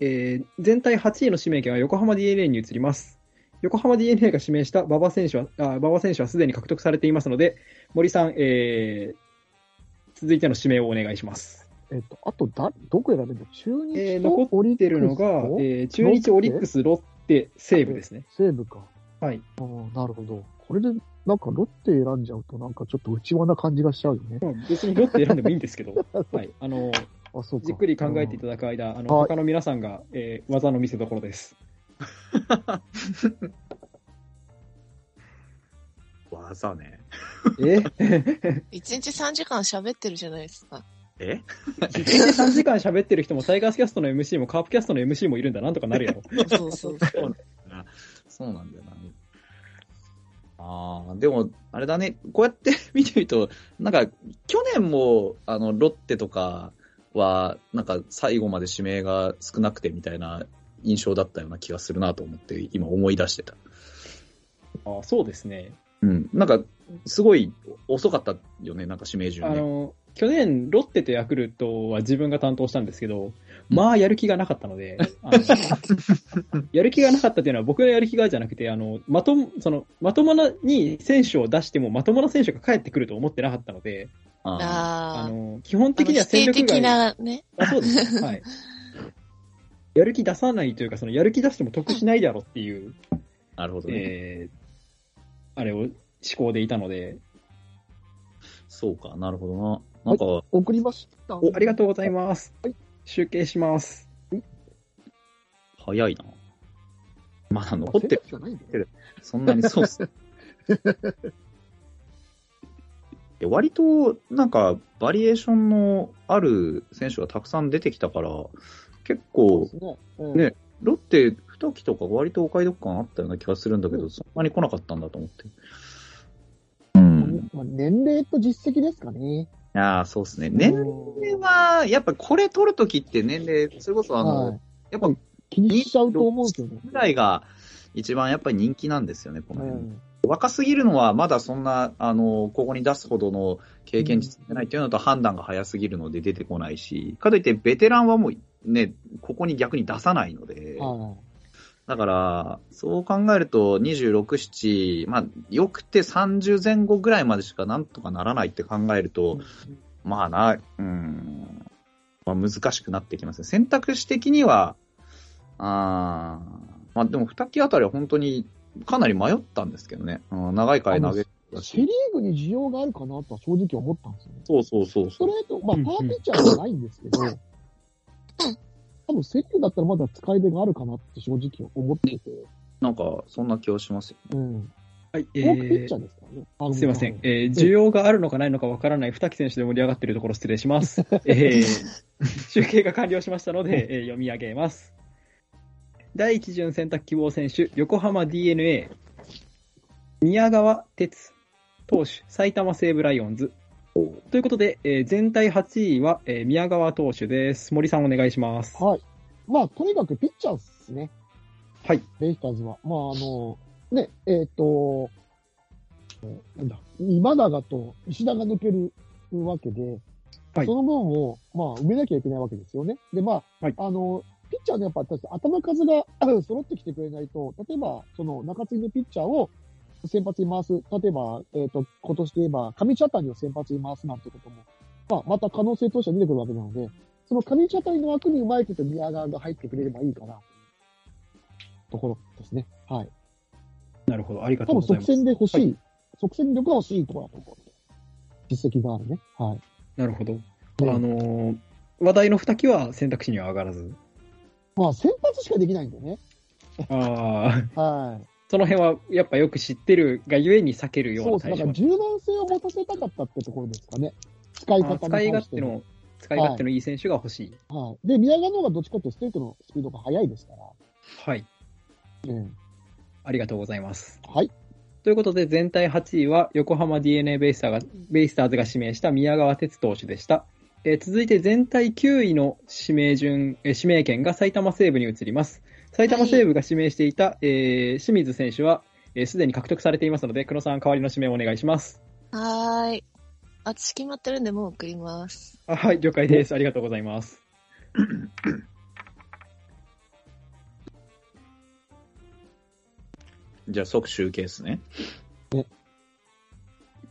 えー全体8位の指名権は横浜 DNA に移ります。横浜 DNA が指名した馬場選手は、あ馬場選手はすでに獲得されていますので、森さん、えー続いての指名をお願いします。
えっと、あとだ、どこ選べるの中日と、
えー残
オリッ
出るのが、えー中日、オリックス、ロッテ、西武ですね。
西武か。
はい。
あーなるほど。これで、なんかロッテ選んじゃうと、なんかちょっと内輪な感じがしちゃうよね。
まあ別にロッテ選んでもいいんです けど、はい。あの、
あ、そうか。
じっくり考えていただく間、あの、
はい
他の皆さんが、えー技の見せ所です。
技ね。
え
一日3時間喋ってるじゃないですか。
え
?3 時間喋ってる人も、タイガースキャストの MC も、カープキャストの MC もいるんだ、なんとかなる やろ。
そうそう。
そうなんだよな。ああ、でも、あれだね、こうやって 見てみると、なんか、去年も、あの、ロッテとかは、なんか、最後まで指名が少なくてみたいな印象だったような気がするなと思って、今思い出してた。
あそうですね。
うん。なんか、すごい遅かったよね、なんか指名
あ
順ね。
の、去年、ロッテとヤクルトは自分が担当したんですけど、まあ、やる気がなかったので、あのやる気がなかったというのは、僕のやる気がじゃなくて、あの、まとも、その、まともなに選手を出しても、まともな選手が帰ってくると思ってなかったので、
あ
あ
あ
あ。
の、基本
あの
的には
否
戦
定
力
的
外
なね。
あそうですね。はい。やる気出さないというか、そのやる気出しても得しないだろうっていう、
ーなるほどね。
えーあれを思考でいたので、
そうか、なるほどな。なんか、
送りました。
おありがとうございます。集計します。
早いな。まあ、残
あ
っ
選
て
択、肢がないんだよ
そんなにそうっす ね。いや割と、なんか、バリエーションのある選手がたくさん出てきたから、結構、
ね。うん
ねロッテ2期とか割とお買い得感あったような気がするんだけど、そんなに来なかったんだと思って。うん。
まあ年齢と実績ですかね。
いやーそうっすね。年齢は、やっぱこれ取るときって年齢、それこそあの、
はい
やっぱ
気にしちゃうと思うんですよね。
ぐらいが一番やっぱり人気なんですよね、この
う
辺。
ん
若すぎるのはまだそんな、あの、ここに出すほどの経験値ってないというのと判断が早すぎるので出てこないし、かといってベテランはもうね、ここに逆に出さないので、
は
だから、そう考えると26、7、まあ、よくて30前後ぐらいまでしかなんとかならないって考えると、まあな、うん、まあ、難しくなってきますね。選択肢的には、あーまあでも2期あたりは本当にかなり迷ったんですけどね。うん、長い回投げてた
い。セ・リー
し。
グに需要があるかなとは正直思ったんですよね。
そうそうそう
スト
そう
レ。ート、まあ、パワーピッチャーじゃないんですけど、多分セ・リーグだったらまだ使い手があるかなって正直思ってて、
なんか、そんな気はしますよ。
うん。
はい、え
フォークピッチャーですからね。あ
ーすいません。。
ご
えー需要があるのかないのかわからない二木選手で盛り上がっているところ失礼 します。えー集計が完了しましたので、えー読み上げます。第一巡選択希望選手、横浜 DNA、宮川哲、投手、埼玉西武ライオンズ。ということで、えー全体8位は、えー宮川投手です。森さんお願いします。
めんはい。まあ、とにかくピッチャーですね。
はい。
ベイスターズは。まあ、あの、ね、えっ、と、えなんだ、今永と石田が抜けるわけで、
はい
その分を、まあ、埋めなきゃいけないわけですよね。で、まあ、
はい
あの、ピッチャーのやっぱ私頭数が 揃ってきてくれないと、例えば、その中継ぎのピッチャーを先発に回す、例えば、えっ、と、今年で言えば、上茶谷を先発に回すなんてことも、まあ、また可能性としては出てくるわけなので、その上茶谷の枠にうまいこと宮川が入ってくれればいいかな、ところですね。はい。
なるほど。ありがと
多
うご
分
ざいま
即
す。
戦で欲しい、
は
即戦力が欲しいところだと思うんで。実績があるね。はい。
なるほど。あのー話題の二木は選択肢には上がらず。
まあ、先発しかできないんでね。
ああ、
はい。
その辺はやっぱよく知ってるがゆえに避けるよう
そう
な
です。な
対
んか
象
柔軟性を持たせたかったってところですかね。使い方に
あー使い
関
勝
して
手
の。
の、使い勝手のいい選手が欲しい。
はい。で、宮川の方がどっちかっていうとストレートのスピードが速いですから。
はい。
うん。
ありがとうございます。
はい。
ということで、全体8位は横浜 DNA ベイスターがベイスターズが指名した宮川哲投手でした。えー続いて全体9位の指名順、えー指名権が埼玉西武に移ります。埼玉西武が指名していた、えー清水選手は、えーすでに獲得されていますので、黒さん代わりの指名をお願いします。
はーい。私決まってるんで、もう送ります。
あはい、了解です。ありがとうございます。
じゃあ即集計ですね。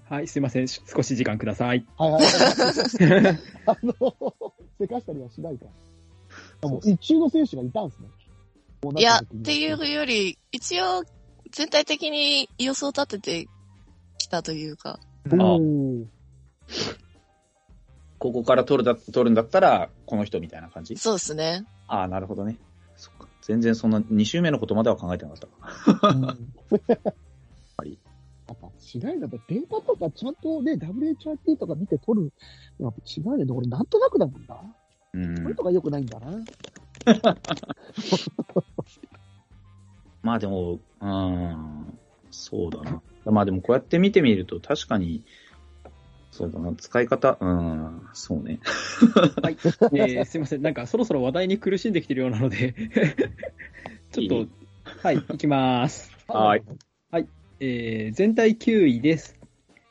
はい、すいません。し少し時間ください。
はいはい はい。あの、 せかしたりはしないから。あもう一中の選手がいたんですね。
いや、っていうより、一応、全体的に予想立ててきたというか、
あ
おー
ここから取るだ取るんだったら、この人みたいな感じ
そうですね。
ああ、なるほどね。そっか。全然そんな2周目のことまでは考えてなかっ
や
た。
っぱ違いだと、データとかちゃんとね、WHRT とか見て取る。やっぱ違うね。俺なんとなくだもんな。
う
これ
ん。
とか良くないんだな。
まあでも、うん、そうだな。まあでもこうやって見てみると、確かに、そうだな、使い方、うん、そうね。
はい、えーすいません。なんかそろそろ話題に苦しんできてるようなので、ちょっと、
いい
はい、いきます。
はい。
えー全体9位です。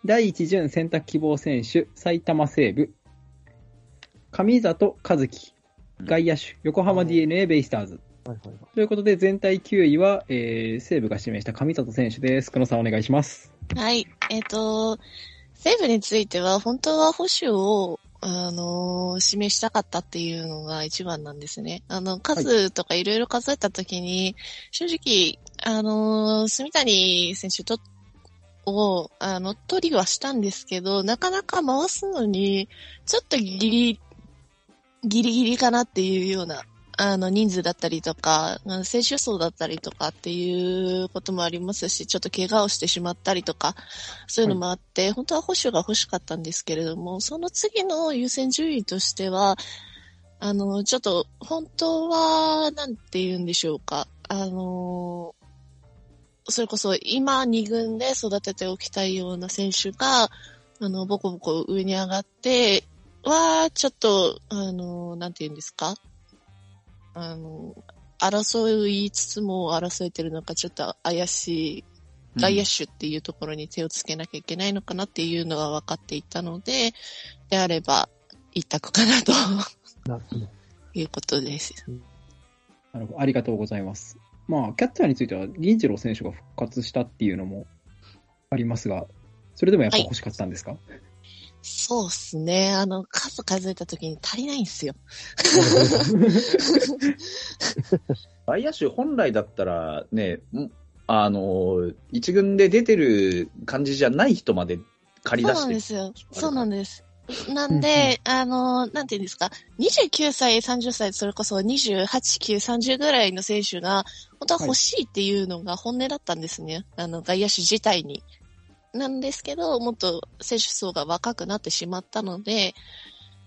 第1巡選択希望選手、埼玉西部。上里和樹、外野手、横浜 DNA ベイスターズ。
はいはいはい。
ということで、全体9位は、えー西部が指名した上里選手です。久野さんお願いします。
はい。えっ、と、西部については、本当は保守を、あのー示したかったっていうのが一番なんですね。あの、数とかいろいろ数えたときに、正直、あのー、住谷選手と、を、あの、取りはしたんですけど、なかなか回すのに、ちょっとギリ、ギリギリかなっていうような、あの、人数だったりとか、うん選手層だったりとかっていうこともありますし、ちょっと怪我をしてしまったりとか、そういうのもあって、本当は保守が欲しかったんですけれども、その次の優先順位としては、あの、ちょっと、本当は、なんて言うんでしょうか。あの、それこそ今2軍で育てておきたいような選手が、あの、ボコボコ上に上がっては、ちょっと、あの、なんて言うんですか。あの、争いつつも争えてるのか、ちょっと怪しい外野手っていうところに手をつけなきゃいけないのかなっていうのは分かっていたので、であれば、一択かなと
なるほど。
いうことです。
なるほどありがとうございます。まあ、キャッチャーについては、銀次郎選手が復活したっていうのもありますが、それでもやっぱ欲しかったんですか、
そうっすね。あの、数数えた時に足りないんですよ。
外野手本来だったらね、んあの、一軍で出てる感じじゃない人まで借り
そ
出
うなん
し
で
て。
すよ。そうなんです。なんで、あの、なんていうんですか、29歳、30歳、それこそ28、9、30ぐらいの選手が、本当は欲しいっていうのが本音だったんですね。あの、外野手自体に。なんですけど、もっと選手層が若くなってしまったので、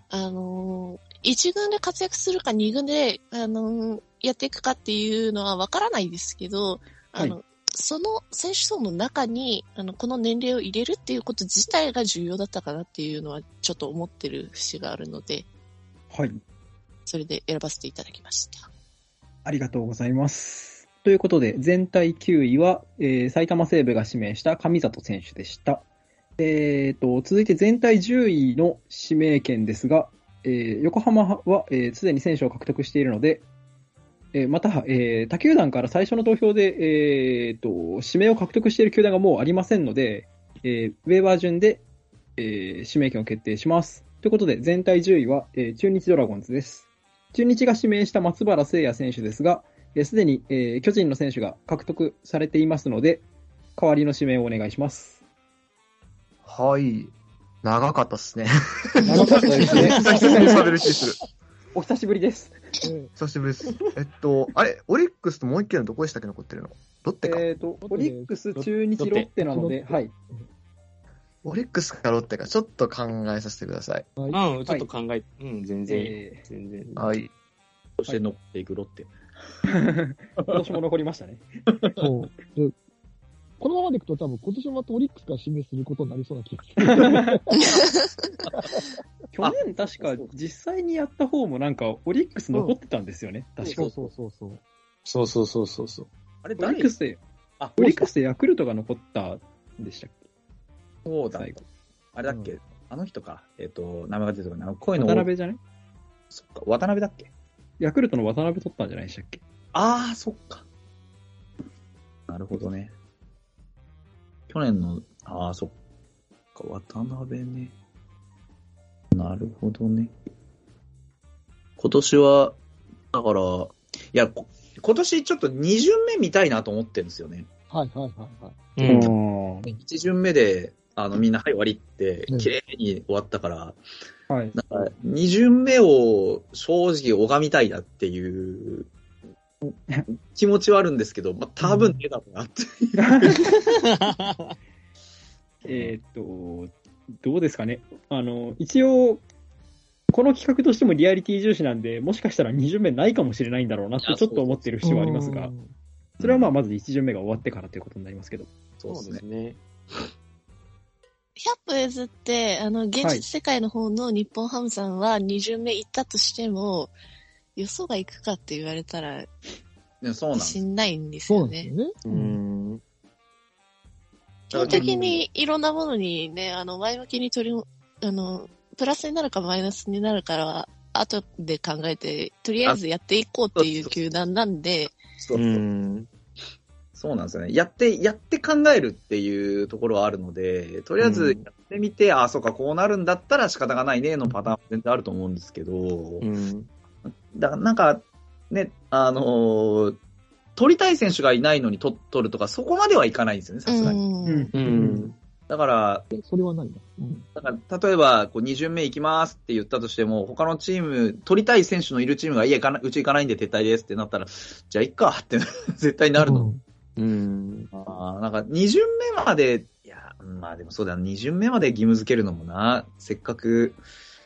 あの、1軍で活躍するか2軍で、あの、やっていくかっていうのはわからないですけど、あの、その選手層の中に、あの、この年齢を入れるっていうこと自体が重要だったかなっていうのは、ちょっと思ってる節があるので、
はい。
それで選ばせていただきました。
ありがとうございます。ということで、全体9位は、えー埼玉西部が指名した上里選手でした。えー、と続いて全体10位の指名権ですが、えー横浜はすで、えー既に選手を獲得しているので、えーまた、えー他球団から最初の投票で、えー、と指名を獲得している球団がもうありませんので、えーウェーバー順で、えー指名権を決定します。ということで、全体10位は、えー中日ドラゴンズです。中日が指名した松原聖也選手ですが、えーすでに、えー巨人の選手が獲得されていますので、代わりの指名をお願いします。
はい。長かったっす ね。
長かったですね
久しぶりに喋る気する。
お久しぶりです。
久しぶりです。えっと、あれ、オリックスともう一件のどこでしたっけ残ってるのロッテか。
えっ、と、
ロッテ
オリックス、中日、ロッテなので、
ロッテ
はい。
オリックスかロッテか、ちょっと考えさせてください。
うん、ちょっと考え、うん、全然、
え
全然。
はい。
そして乗っていくロッテ。
ー、今年も残りました ね。
そうでこのままでいくと多分今年もまたオリックスが指名することになりそうな気がする。
去年、確か、実際にやった方もなんか、オリックス残ってたんですよね、確か。
そうそうそうそう。
そうそうそうそうそう。
あれ
オリ
誰
ックスで、
あ、
オリックスでヤクルトが残ったんでしたっけ
そうだ
最後。
あれだっけ、あの人か。えっ、と、名前が出てこない。声の
渡辺じゃない
そっか、渡辺だっけ
ヤクルトの渡辺取ったんじゃないでしたっけ
ああ、そっか。なるほどね。去年の、ああ、そっか、渡辺ね。なるほどね。今年は、だから、いや、こ今年ちょっと2巡目見たいなと思ってるんですよね。
はいはいはいはい。
うん。
ん。
1巡目で、あの、みんな、はい、終わりって
うん、
綺麗に終わったから、
はい。
なんか、2巡目を正直拝みたいなっていう気持ちはあるんですけど、まあ、多分ねえだろうなって。
えーっと、どうですかね。あの、一応、この企画としてもリアリティ重視なんで、もしかしたら2巡目ないかもしれないんだろうなっ
い
て
や
ちょっと思ってる節はありますが、それはまあまず1巡目が終わってからということになりますけど。
そうですね。
ね。
100歩譲って、あの、現実世界の方の日本ハムさんは2巡目行ったとしても、予想が行くかって言われたら、
ねそうなんで
自
す。
信ないんです
そうな
よ
んです
ね
よ。ね。
うん。
基本的にいろんなものにね、あの、前向きに取りも、あの、プラスになるかマイナスになるからは、後で考えて、とりあえずやっていこうっていう球団なんで、
そううそう。そうなんですよね。やって、やって考えるっていうところはあるので、とりあえずやってみて、ああ、そうか、こうなるんだったら仕方がないねのパターンは全然あると思うんですけど、
ん。
だからなんか、ね、あのー取りたい選手がいないのに取取るとか、そこまではいかないんですよね、さすがに。
うん。
うん。
だから、
でそれはないな。うん。
だから例えば、こう、2巡目行きますって言ったとしても、他のチーム、取りたい選手のいるチームが、いや、行かなうち行かないんで撤退ですってなったら、じゃあ、いっかって 絶対なるの。
うん。
あーなんか、2巡目まで、いや、まあでもそうだな、2巡目まで義務付けるのもな、せっかく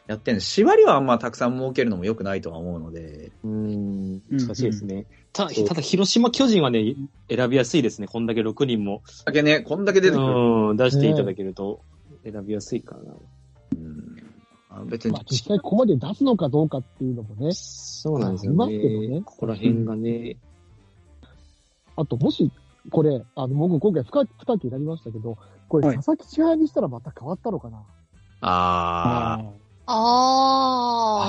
やってんの、縛りはあんまたくさん設けるのも良くないとは思うので、
うん。難しいですね。ただ、ただ、広島、巨人はね、選びやすいですね。こんだけ6人も、
だけね、こんだけ出てくる。
うん、出していただけると、選びやすいかな。
あ別に
まあ、、実際ここまで出すのかどうかっていうのもね。
そうなんですよ
ありますけど
ね
ね。
ここら辺がね。
あと、もし、これ、あの、僕今回深く、深く選びましたけど、これ、
はい
佐々木千早にしたらまた変わったのかな。
あ
あ
あ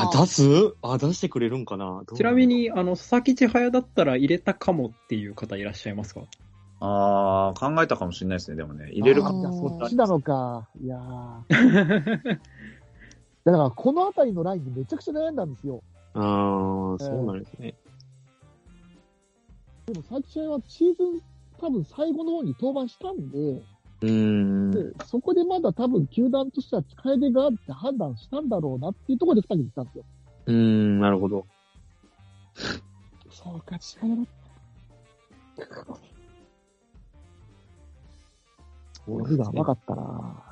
あ、
あ。
出すあ、出してくれるんかな
ーちなみ、に、あの、佐々木千早だったら入れたかもっていう方いらっしゃいますか
ーあー、考えたかもしれないですね、でもね。入れる
あ
か
ー
も。
じゃあ、そっちなのか。いやー。だから、このあたりのラインにめちゃくちゃ悩んだんですよ。
ああ、そうなんですね。
でも、佐々木千早はシーズン、多分最後の方に登板したんで、
うん。
でそこでまだ多分球団としては使い手があって判断したんだろうなっていうところで2人に行ったんですよ。
うん、なるほど。
そうか、千早だ僕が甘かったな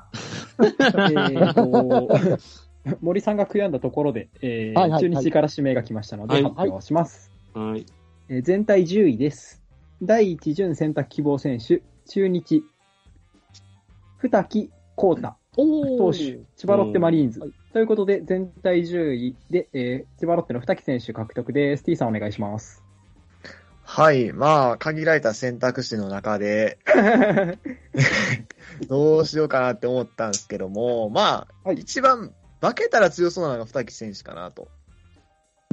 えーと 森さんが悔やんだところで、えー
はいはいはい
中日から指名が来ましたので、
はい
発表します、
はい。
えー全体10位です。第1巡選択希望選手、中日、二木幸太、
お
投
お
手、千葉ロッテマリーンズ。
うんはい
ということで、全体10位で、えー千葉ロッテの二木選手獲得です。T さんお願いします。
はい。まあ、限られた選択肢の中で、どうしようかなって思ったんですけども、まあ、
はい
一番負けたら強そうなのが二木選手かなと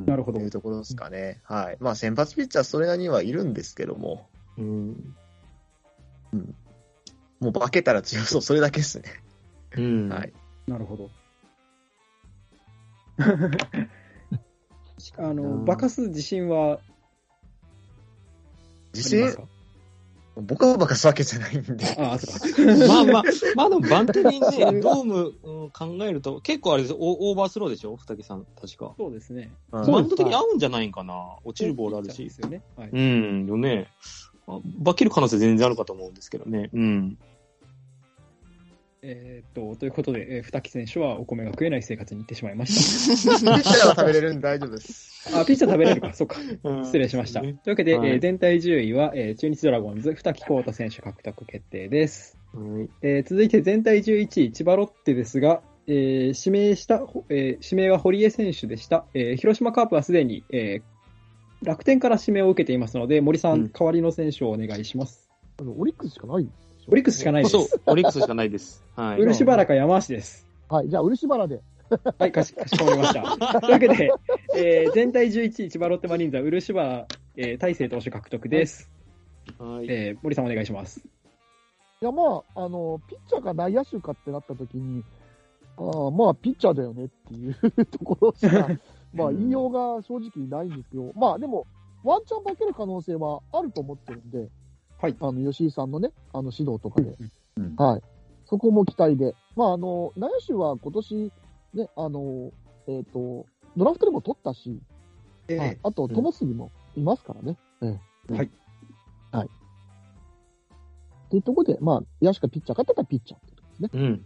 なるほど
い。うところですかね。はい。まあ、先発ピッチャーそれなりにはいるんですけども、
うん。
もう負けたら強そう、それだけですね。
うん。
はい。
なるほど。あの、バカす自信はあ
自
りま
信
す、か
ボカボカすわけじゃないん で。
ああ、そうか。
まあまあ、まあでもバンテリンで、ドーム、うん、考えると、結構あれですオオーバースローでしょ二木さん、確か。
そうですね。
うん
そう
バ
で
ン
す
ト的に合うんじゃないんかな落ちるボールある
ピッ
し
チャ。ーですよね。はい。
うん、よね。あ化ける可能性全然あるかと思うんですけどね。うん。
えーっと、ということで、えー二木選手はお米が食えない生活に行ってしまいまし
ピッチャーは食べれるんで大丈夫です。
た。あ、ピッチャー食べれるか、そうか。失礼しました。とい
は
うわけで、
はい
えー全体10位は、えー中日ドラゴンズ、二木幸太選手獲得決定です。
い。
えー続いて全体11位、千葉ロッテですが、えー指名した、ほえー指名は堀江選手でした。えー広島カープはすでに、えー楽天から指名を受けていますので、森さん、
うん
代わりの選手をお願いします。
オリックスしかない
オリックスしかないです。
そう、オリックスしかないです。はい。
漆原か山足です。
はい。じゃあ、漆原で。
はい、かし、かしこまり ました。というわけで、えー全体11位、千葉ロッテマリーンズは漆原、えー、大勢投手獲得です。
はい。
えー森さんお願いします。
いや、まあ、あの、ピッチャーか内野手かってなった時に、ああ、まあ、ピッチャーだよねっていうところし か、まあ、言いようが正直ないんですけど、まあ、でも、ワンチャン化ける可能性はあると思ってるんで、
はい
あの、吉井さんのね、あの、指導とかで、
うん
はい。そこも期待で。まあ、あの、内野手は今年、ね、あの、えっ、と、ドラフトでも取ったし、
え
はいあと、友杉もいますからね。ええ
はい。
はい。っていうところで、まあ、野手かピッチャーかって言ったらピッチャーってことですね。
うん。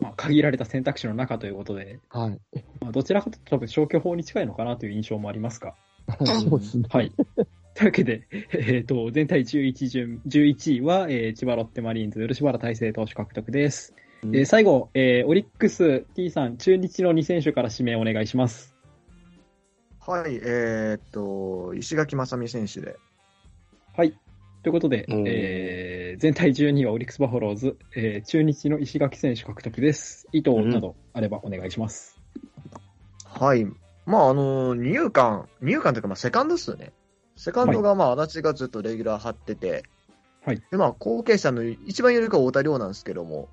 まあ、限られた選択肢の中ということで、
はい。
まあ、どちらかというと多分消去法に近いのかなという印象もありますか。
そうですね。
はい。 というわけで、えっ、と、全体11順、11位は、えー千葉ロッテマリーンズ、漆原大成投手獲得です。えー最後、えーオリックス T さん、中日の2選手から指名お願いします。
はい、えーっと、石垣正美選手で。
はい。ということで、
うん
えー全体12位はオリックスバファローズ、えー中日の石垣選手獲得です。意図などあればお願いします。
はい。まあ、あの、二遊間、二遊間というか、まあ、セカンドっすよね。セカンドが、まあ、足立がずっとレギュラー張ってて、
はい。
で、まあ、後継者の一番有力は太田亮なんですけども、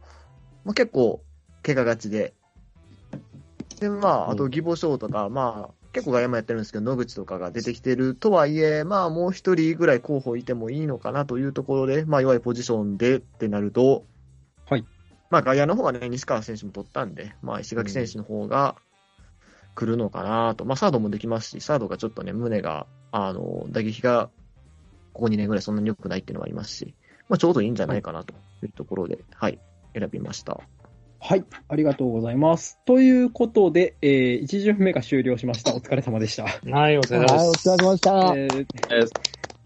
まあ、結構、怪我がちで、で、まあ、あと、義母賞とか、まあ、結構外野もやってるんですけど、野口とかが出てきてるとはいえ、まあ、もう一人ぐらい候補いてもいいのかなというところで、まあ、弱いポジションでってなると、
はい。
まあ、外野の方はね、西川選手も取ったんで、まあ、石垣選手の方が、来るのかなと。まあ、サードもできますし、サードがちょっとね、胸が、あの、打撃が、ここ2年ぐらいそんなに良くないっていうのもありますし、まあ、ちょうどいいんじゃないかなというところで、はい、選びました。
はい。ありがとうございます。ということで、え1巡目が終了しました。お疲れ様でした。
はい、お疲れ様
はい、お
で
疲れ様でした。
えー
えー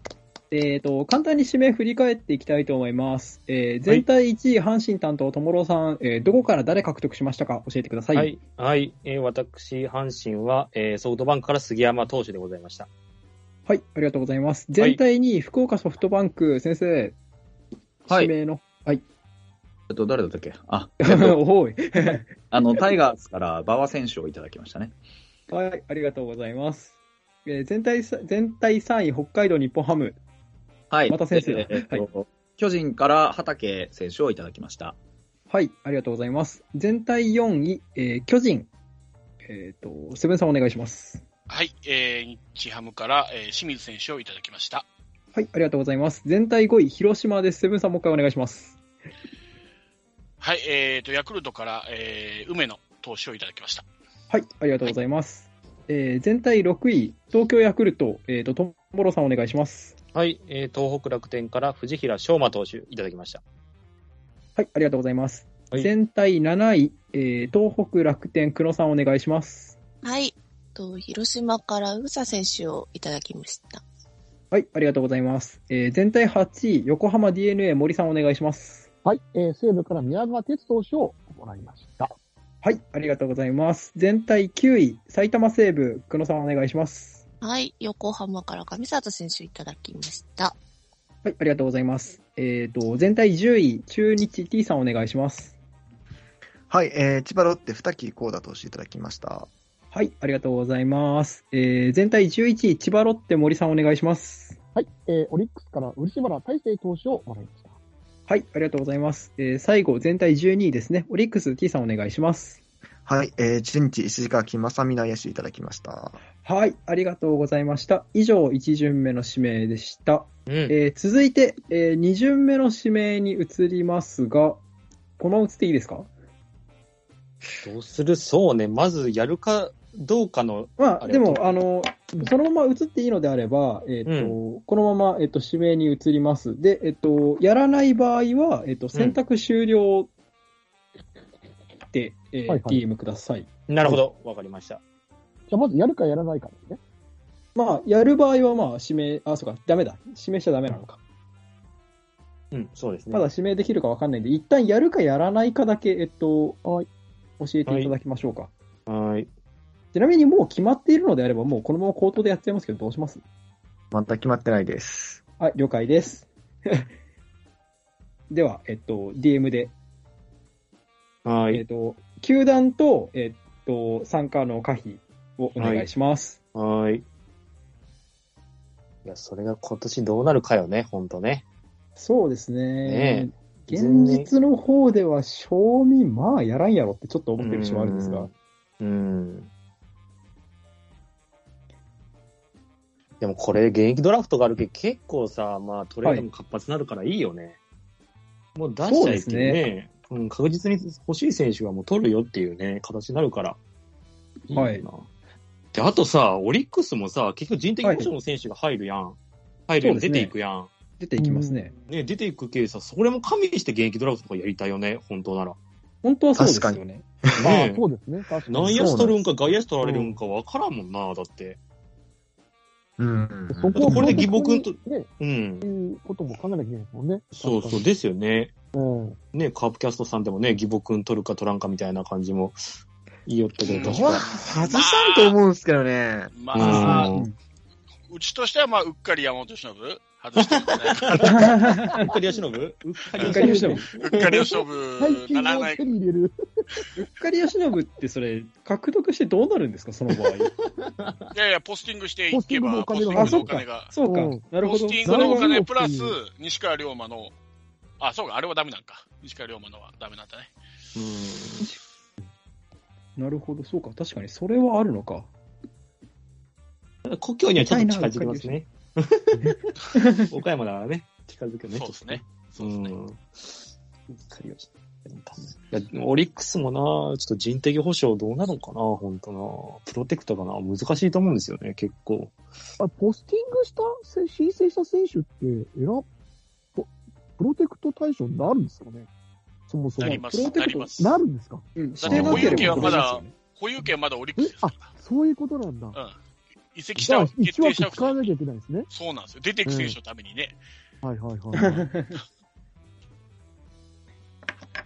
えー、と簡単に指名振り返っていきたいと思います。えー全体1位、阪神担当、友郎さん、えーどこから誰獲得しましたか教えてくだ
す。
さい。
は
はい。
い。はい。えー私、阪神は、えーソフトバンクから杉山投手でございました。
ありがとうございます。全体2位、福岡ソフトバンク、先生、
はい
指名の、
えっと、誰だったっけあ、
おい。
あの、タイガースから馬場選手をいただきましたね。
はい、ありがとうございます。えー全体さ、全体3位、北海道日本ハム。
はい。
また先生だ
えーえっと巨人から畠選手をいただきました。
はい、ありがとうございます。全体4位、えー巨人。えっ、と、セブンさんお願いします。
はい、えー、日ハムから、えー清水選手をいただきました。
はい、ありがとうございます。全体5位、広島です。セブンさんもう一回お願いします。
はい、えーと、ヤクルトから、えー梅野投手をいただきました。
はい、ありがとうございます。えー全体6位、東京ヤクルト、えっ、と、ともろさんお願いします。
はい。えー東北楽天から藤平翔馬投手いただきました。
はい、ありがとうございます。
はい
全体7位、えー東北楽天、久野さんお願いします。
はい。と、広島から宇佐選手をいただきました。
はい、ありがとうございます。えー全体8位、横浜 DNA、森さんお願いします。
はい、えー、西武から宮川哲投手をもらいました。
はい、ありがとうございます。全体9位、埼玉西部、久野さんお願いします。
はい。横浜から上里選手をいただきました。
はい、ありがとうございます。えっ、と、全体10位、中日 T さんお願いします。
はい、えー、千葉ロッテ、二木幸太投手いただきました。
はい、ありがとうございます。えー、全体11位、千葉ロッテ森さんお願いします。
はい、えー、オリックスから漆原大成投手をもらいました。
はい、ありがとうございます。えー、最後、全体12位ですね。オリックス T さんお願いします。
はい、えー、中日、石垣正美内野手いただきました。
はい、ありがとうございました。以上、1巡目の指名でした。
うん。
えー、続いて、え2巡目の指名に移りますが、このまま移っていいですか
どうするそうね。まず、やるかどうかの、
まあ、
あり
で
がとう
も、あの、そのまま移っていいのであれば、えっ、と、このまま、えっ、と、指名に移ります。で、えっ、と、やらない場合は、えっ、と、選択終了で、えー
はいはい
DM ください。
なるほど。わかりました。
じゃあ、まずやるかやらないかですね。
まあ、やる場合は、まあ、指名、あ、そうか、ダメだ。指名しちゃダメなのか。
うん、そうですね。
ただ、指名できるかわかんないんで、一旦やるかやらないかだけ、えっ、と、教えていただきましょうか。
はい。
ちなみに、もう決まっているのであれば、もうこのまま口頭でやっちゃいますけど、どうします
また決まってないです。
はい、了解です。では、えっと、DM で、
は
えっ
い。
と、球団と、えっと、参加の可否をお願いします。
はーい。いや、それが今年どうなるかよね、ほんとね。
そうです
ね
ね。現実の方では、賞味、まあ、やらんやろってちょっと思ってる節もあるんですが。
うん。でもこれ、現役ドラフトがあるけど、結構さ、まあ、トレードも活発になるからいいよね。もう出しちゃいけね
そう
ね、うん、確実に欲しい選手はもう取るよっていうね、形になるから。いよな
はい
で、あとさ、オリックスもさ、結局人的保障の選手が入るやん。入るやん、
そうです
出
ね
ていくやん。
出ていきますね。
ね、出ていくけさ、それも加味して現役ドラフトとかやりたいよね、本当なら。
本当はそうですよね。
まあ
ね、
そうですね。確かに。
内野手取るんか外野手取られるんかわからんもんな、だって。
うん。
そこは
これで義母君と
ね、
うん。
いうことも考えなきゃいけないですもんね。
そうそう、
確
ですよね。
かに。うん。
ね、カープキャストさんでもね、義母君取るか取らんかみたいな感じも言いよったけど、
うん
確
うわ
か
外したんと思うんですけどね。
ま
うん
あ、
うん
うちとしては、まあ、うっかり山本忍外してるね。
うっかりやしのぶうっかり
う
や
っ
し
か
の
り
ぶ
由伸。う
うっかり勝
最
負な
近
らな
はい手。に入れる。
っかり由伸ってそれ、獲得してどうなるんですか、その場合。
いやいや、ポスティングしていけば、ポ
ポ
ステ
ス
ィン
ティン
グ
グ
あ、
の
そ
お
うか
金が。。
そうか
うん。
なる
ポ
ほ
ス
ど
テ。ィングのお金プラス
なるほ、
西川龍馬の、あ、そうか、あれはダメなんか。西川龍馬のはダメなんだね。
うん
なるほど、そうか。確かに、それはあるのか。
故郷にはちょっと近づきますね。岡山だからね、近づくよね。
そうですね。
ち
そ
ょっと
う
ね。
ですね。
うんいやオリックスもな、ちょっと人的保障どうなのかな、本当な。プロテクトかな、難しいと思うんですよね、結構。
あポスティングした、せ申請した選手って、えら、ププロテクト対象になるんですかねそもそも。
なります
プロテク
なり
ト
ます
なるんですか
うん。
だ
っ
してて
保
な
有
け
権
れ
は
ば
ま
だ保有権はまだオリック
え
スですか
そういうことなんだ。
ら。うん。移籍し
じ
た
ゃあ、
わ決定
1枠
したわ
使わなきゃいけないですね。
そうなんですよ。出ていく選手のためにね。
はいはいはい。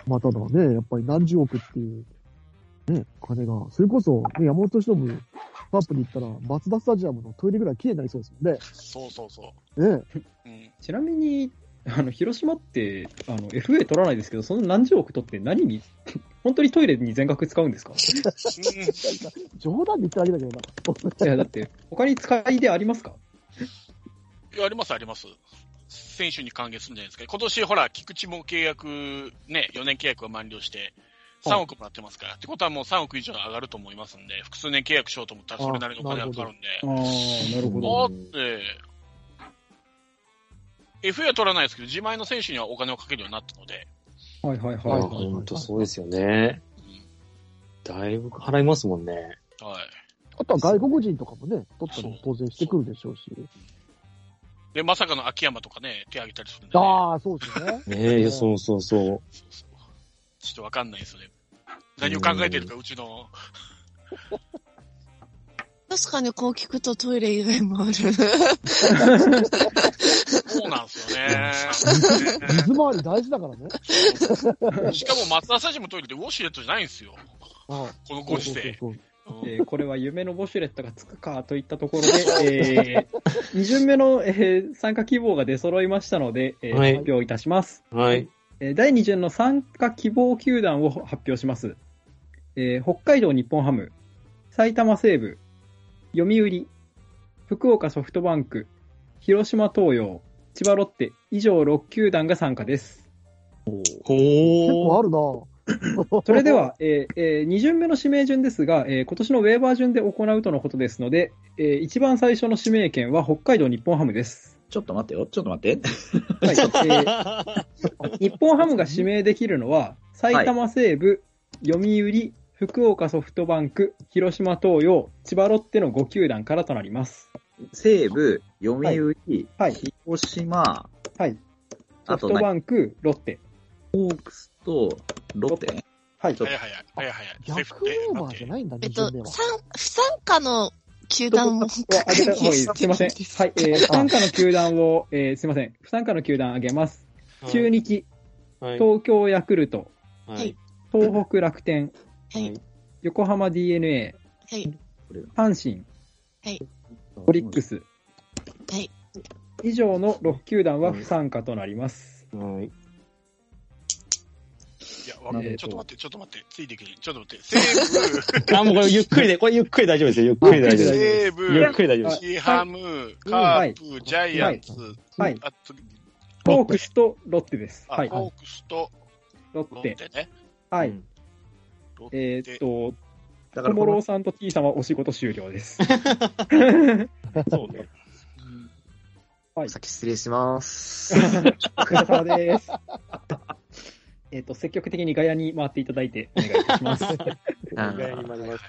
まあ、ただ ね、やっぱり何十億っていう、ね、金が、それこそ、ね、山本忍、カープに行ったら、松田スタジアムのトイレぐらい綺麗になりそうです
そうそうそ
もんね。ね。
う。うん。
ちなみに、あの、広島って、あの、FA 取らないですけど、その何十億取って何に、 本当にトイレに全額使うんですか い
冗談で言っただけだけどな。
や、だって、他に使いでありますか
いや、あります、あります。選手に還元するんじゃないですか。今年、ほら、菊池も契約、ね、4年契約が満了して、3億もらってますから。ってことはもう3億以上上がると思いますんで、複数年契約しようと思ったらそれなりのお金がかかるんで。
ああ、なるほ
ど
だって、FA は取らないですけど、自前の選手にはお金をかけるようになったので、
はいはい
あ
はい。
本当そうですよね。だいぶ払いますもんね。
はい。
あとは外国人とかもね、取ったり当然してくるでしょうし。
で、まさかの秋山とかね、手挙げたりするんで、ね、
ああ、そうですね。
ねえ、いやそうそうそう。
そうそうちょっとわかんないですよね。何を考えてるか、うちの、
確かにこう聞くとトイレ以外も ある。
そうなんですよね。
水回り大事だか らね。
しかも松田選手もトイレでウォシュレットじゃないんですよ。
あ
この
そ
ご
う
時
そうそう
世。
そう。
うん
えーこれは夢のボシュレットがつくかといったところで、えー、2巡目の、えー参加希望が出揃いましたので、えー
はい
発表いたします。
はい。
えー第2巡の参加希望球団を発表します。えー北海道日本ハム、埼玉西武、読売、福岡ソフトバンク、広島東洋、千葉ロッテ、以上6球団が参加です。
結構
ほー。
あるなぁ
それでは、えーえ2巡目の指名順ですが、えー今年のウェーバー順で行うとのことですので、えー一番最初の指名権は北海道日本ハムです。
ちょっと待ってよ、ちょっと待って。
はいえー日本ハムが指名できるのは、埼玉西部、読売、福岡ソフトバンク、広島東洋、千葉ロッテの5球団からとなります。
西武、読売、
はい
広島、
はい。ソ
あ
フ
と
ト
何
バンク、ロッテ。
と、ロッテ
はい。
早い早い、早い早い。セー
逆
フって
オーバ
待っ
ーじ
て
ゃないんだね、
えっと、
自分では
参不参加の球団も
あ げた方がいいです。すいません。
です
はい。えー不参加の球団を、えーすいません。不参加の球団あげます。 中日、
はい
東京ヤクルト、
はい。
東北楽天、
はい。
横浜 DNA、
はい。
阪神、オリックス。
はい
以上の6球団は不参加となります。
はい。
いや、待って、
なるほど
ちょっと待って、ちょっと待って、ついてけへん。ちょっと待って、西
あ、もうこれゆっくりで、これゆっくり大丈夫ですよ。ゆっくり大
武、
丈夫です。
西
ゆっ
武、
くり大丈夫です。。
日ハム、カープ、ジャイアンツ、
はい。
あ次
ホークスとロッテです。
あ
はい。
ホークスとロ
ロッ
ッ
テ。
テね。
はいう
ん。
ロッテ
えーっと、
だか
小
らこの
諸さんと T さんはお仕事終了です。
そうね。
先失礼します。
お疲れ様です。えっと、積極的にガヤに回っていただいてお願いいたします。
あ
意外に
ー
混ぜます